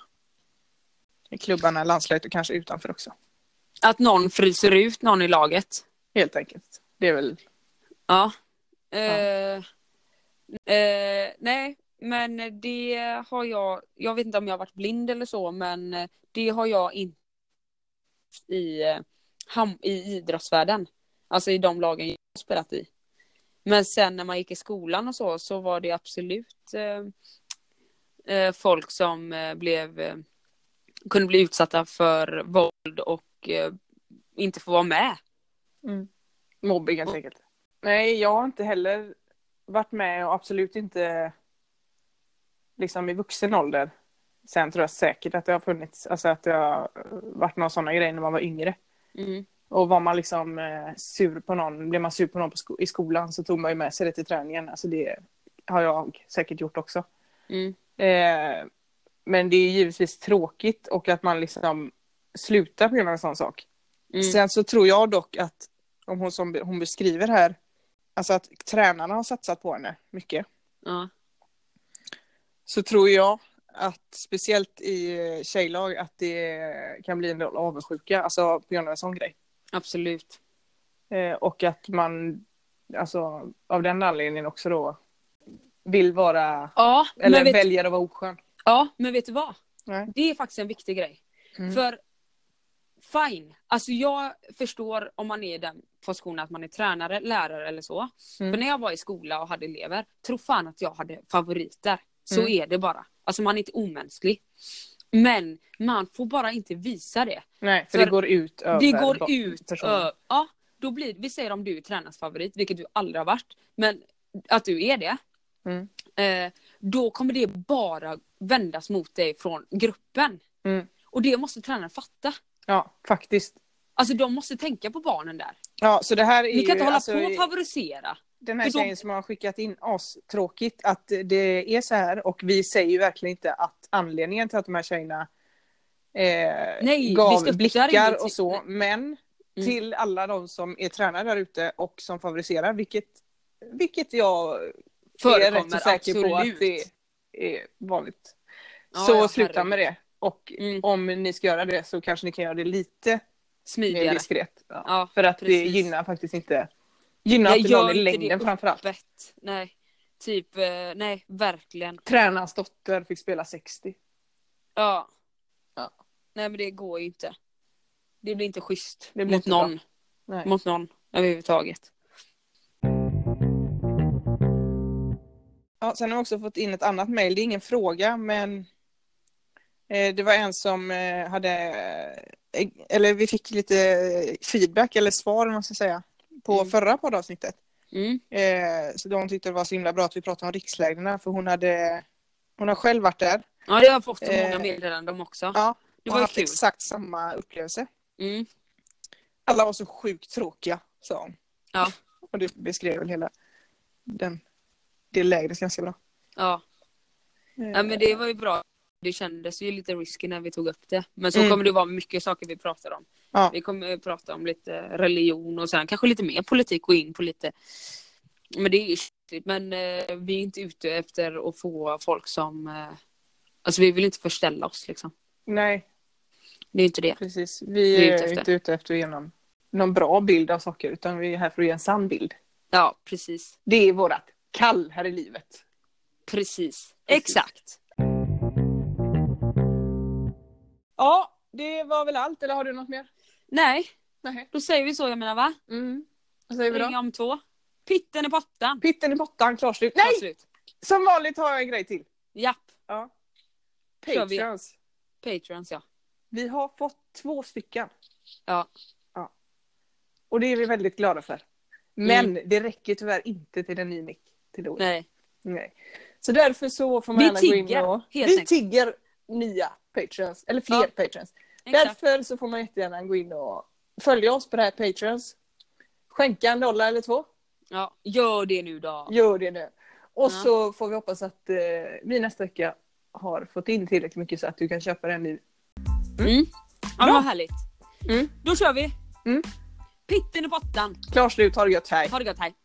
[SPEAKER 2] I klubbarna, landslaget och kanske utanför också.
[SPEAKER 1] Att någon fryser ut någon i laget.
[SPEAKER 2] Helt enkelt. Det är väl...
[SPEAKER 1] Ja. Eh, eh, nej, men det har jag. Jag vet inte om jag har varit blind eller så, men det har jag inte i, eh, ham, i idrottsvärlden. Alltså i de lagen jag har spelat i. Men sen när man gick i skolan och så, så var det absolut eh, eh, folk som eh, blev, eh, kunde bli utsatta för våld och eh, inte få vara med.
[SPEAKER 2] Mobbing helt enkelt. Nej, jag har inte heller varit med och absolut inte liksom i vuxen ålder. Sen tror jag säkert att det har funnits, alltså att det har varit några sådana grejer när man var yngre.
[SPEAKER 1] Mm.
[SPEAKER 2] Och var man liksom eh, sur på någon, blev man sur på någon på sko- i skolan så tog man ju med sig det till träningen. Alltså det har jag säkert gjort också.
[SPEAKER 1] Mm.
[SPEAKER 2] Eh, men det är givetvis tråkigt och att man liksom slutar på grund av en sån sak.
[SPEAKER 1] Mm.
[SPEAKER 2] Sen så tror jag dock att, om hon som hon beskriver här, alltså att tränarna har satsat på henne mycket,
[SPEAKER 1] Ja.
[SPEAKER 2] så tror jag att speciellt i eh, tjejlag att det kan bli en del avundsjuka, alltså på grund av en sån grej.
[SPEAKER 1] Absolut.
[SPEAKER 2] Eh, och att man, alltså av den anledningen också då, vill vara,
[SPEAKER 1] Ja,
[SPEAKER 2] eller
[SPEAKER 1] men vet,
[SPEAKER 2] väljer att vara oskön.
[SPEAKER 1] ja, men vet du vad?
[SPEAKER 2] Nej.
[SPEAKER 1] Det är faktiskt en viktig grej.
[SPEAKER 2] Mm.
[SPEAKER 1] För fine, alltså jag förstår om man är i den positionen att man är tränare, lärare eller så.
[SPEAKER 2] Mm.
[SPEAKER 1] För när jag var i skola och hade elever, tro fan att jag hade favoriter. Så
[SPEAKER 2] Mm.
[SPEAKER 1] är det bara. Alltså man är inte omänsklig. Men man får bara inte visa det.
[SPEAKER 2] Nej, för,
[SPEAKER 1] För
[SPEAKER 2] det går ut över
[SPEAKER 1] Det går
[SPEAKER 2] ba-
[SPEAKER 1] ut
[SPEAKER 2] personen.
[SPEAKER 1] ö- Ja, då blir Vi säger om du är tränarens favorit, vilket du aldrig har varit, men att du är det.
[SPEAKER 2] Mm.
[SPEAKER 1] Eh, då kommer det bara vändas mot dig från gruppen.
[SPEAKER 2] Mm.
[SPEAKER 1] Och det måste tränaren fatta.
[SPEAKER 2] Ja, faktiskt.
[SPEAKER 1] Alltså de måste tänka på barnen där.
[SPEAKER 2] Ja, så det här är
[SPEAKER 1] Vi kan
[SPEAKER 2] ju,
[SPEAKER 1] inte hålla
[SPEAKER 2] alltså,
[SPEAKER 1] på och
[SPEAKER 2] i-
[SPEAKER 1] favorisera.
[SPEAKER 2] Den här
[SPEAKER 1] För då-
[SPEAKER 2] tjejen som har skickat in oss, tråkigt att det är så här och vi säger ju verkligen inte att anledningen till att de här tjejerna eh,
[SPEAKER 1] Nej, vi
[SPEAKER 2] gav
[SPEAKER 1] stöttar Mm.
[SPEAKER 2] blickar
[SPEAKER 1] ingenting.
[SPEAKER 2] och så, men till alla de som är tränare där ute och som favoriserar, vilket, vilket jag är rätt så
[SPEAKER 1] Förekommer,
[SPEAKER 2] säker på
[SPEAKER 1] absolut.
[SPEAKER 2] att det är vanligt.
[SPEAKER 1] Ja,
[SPEAKER 2] så
[SPEAKER 1] ja,
[SPEAKER 2] sluta med det och
[SPEAKER 1] Mm.
[SPEAKER 2] om ni ska göra det så kanske ni kan göra det lite mer
[SPEAKER 1] Smidigare.
[SPEAKER 2] diskret. Ja.
[SPEAKER 1] Ja,
[SPEAKER 2] För att det
[SPEAKER 1] precis.
[SPEAKER 2] gynnar faktiskt inte gynnar
[SPEAKER 1] Nej,
[SPEAKER 2] inte
[SPEAKER 1] gör
[SPEAKER 2] någon i
[SPEAKER 1] inte det
[SPEAKER 2] längden framförallt.
[SPEAKER 1] Fett. Nej, typ, eh, nej, verkligen.
[SPEAKER 2] Tränarens dotter fick spela 60.
[SPEAKER 1] Ja.
[SPEAKER 2] Ja.
[SPEAKER 1] Nej men det går ju inte. Det blir inte schysst
[SPEAKER 2] Det blir
[SPEAKER 1] mot,
[SPEAKER 2] inte bra.
[SPEAKER 1] någon,
[SPEAKER 2] Nej.
[SPEAKER 1] mot någon överhuvudtaget.
[SPEAKER 2] Ja, sen har jag också fått in ett annat mejl. Det är ingen fråga, men eh, det var en som eh, hade... eh, Eller vi fick lite eh, feedback eller svar, om man ska säga, på
[SPEAKER 1] Mm.
[SPEAKER 2] förra poddavsnittet.
[SPEAKER 1] Mm.
[SPEAKER 2] Eh, så de tyckte det var så himla bra att vi pratade om rikslägren, för hon hade... Hon har själv varit där
[SPEAKER 1] Ja det har jag fått så många
[SPEAKER 2] Eh,
[SPEAKER 1] meddelanden om också.
[SPEAKER 2] ja,
[SPEAKER 1] det
[SPEAKER 2] och
[SPEAKER 1] var ju
[SPEAKER 2] haft
[SPEAKER 1] kul.
[SPEAKER 2] exakt samma upplevelse.
[SPEAKER 1] Mm.
[SPEAKER 2] Alla var så sjukt tråkiga, sa hon.
[SPEAKER 1] Ja.
[SPEAKER 2] Och det beskrev väl hela den, det lägret ganska bra.
[SPEAKER 1] Ja.
[SPEAKER 2] Eh,
[SPEAKER 1] ja men det var ju bra. Det kändes ju lite risky när vi tog upp det. Men så
[SPEAKER 2] Mm.
[SPEAKER 1] kommer det vara mycket saker vi pratar om.
[SPEAKER 2] Ja.
[SPEAKER 1] Vi kommer prata om lite religion och sen kanske lite mer politik och in på lite. Men det är ju shit, men eh, vi är inte ute efter att få folk som eh, Alltså vi vill inte förställa oss liksom.
[SPEAKER 2] Nej,
[SPEAKER 1] Det är inte det.
[SPEAKER 2] Precis. Vi
[SPEAKER 1] Vi
[SPEAKER 2] är, inte ute efter att ge någon, någon bra bild av saker utan vi är här för att ge en sann bild.
[SPEAKER 1] Ja precis.
[SPEAKER 2] Det är vårat kall här i livet.
[SPEAKER 1] Precis.
[SPEAKER 2] Precis.
[SPEAKER 1] Exakt.
[SPEAKER 2] Ja, det var väl allt. Eller har du något mer?
[SPEAKER 1] Nej,
[SPEAKER 2] Nej.
[SPEAKER 1] då säger vi så jag menar va?
[SPEAKER 2] Mm. Vad säger vi
[SPEAKER 1] Ringa
[SPEAKER 2] då?
[SPEAKER 1] om två. Pitten i pottan.
[SPEAKER 2] Pitten i botten, klarslut.
[SPEAKER 1] Ta
[SPEAKER 2] Nej!
[SPEAKER 1] Slut.
[SPEAKER 2] Som vanligt har jag en grej till.
[SPEAKER 1] Japp.
[SPEAKER 2] Ja.
[SPEAKER 1] Kör vi.
[SPEAKER 2] Patreons.
[SPEAKER 1] Patreons ja.
[SPEAKER 2] Vi har fått två stycken.
[SPEAKER 1] Ja.
[SPEAKER 2] ja. Och det är vi väldigt glada för. Men
[SPEAKER 1] Mm.
[SPEAKER 2] det räcker tyvärr inte till en ny mick. Till året.
[SPEAKER 1] Nej.
[SPEAKER 2] Nej. Så därför så får man
[SPEAKER 1] Vi
[SPEAKER 2] gärna gå in
[SPEAKER 1] tigger,
[SPEAKER 2] och...
[SPEAKER 1] helt
[SPEAKER 2] vi
[SPEAKER 1] enkelt.
[SPEAKER 2] tigger nya patrons, eller fler
[SPEAKER 1] Ja,
[SPEAKER 2] patrons.
[SPEAKER 1] Exakt.
[SPEAKER 2] Därför så får man jättegärna gå in och följa oss på det här patrons. Skänka en dollar eller två.
[SPEAKER 1] Ja. Gör det nu då.
[SPEAKER 2] Gör det nu. Och
[SPEAKER 1] Ja.
[SPEAKER 2] så får vi hoppas att eh, vi nästa vecka har fått in tillräckligt mycket så att du kan köpa den nu.
[SPEAKER 1] Mm. Ja
[SPEAKER 2] Bra.
[SPEAKER 1] vad härligt.
[SPEAKER 2] Mm.
[SPEAKER 1] Då kör vi.
[SPEAKER 2] Mm.
[SPEAKER 1] Pitten i pottan.
[SPEAKER 2] Klart slut, ha det gött, hej!
[SPEAKER 1] Ha det gott hej.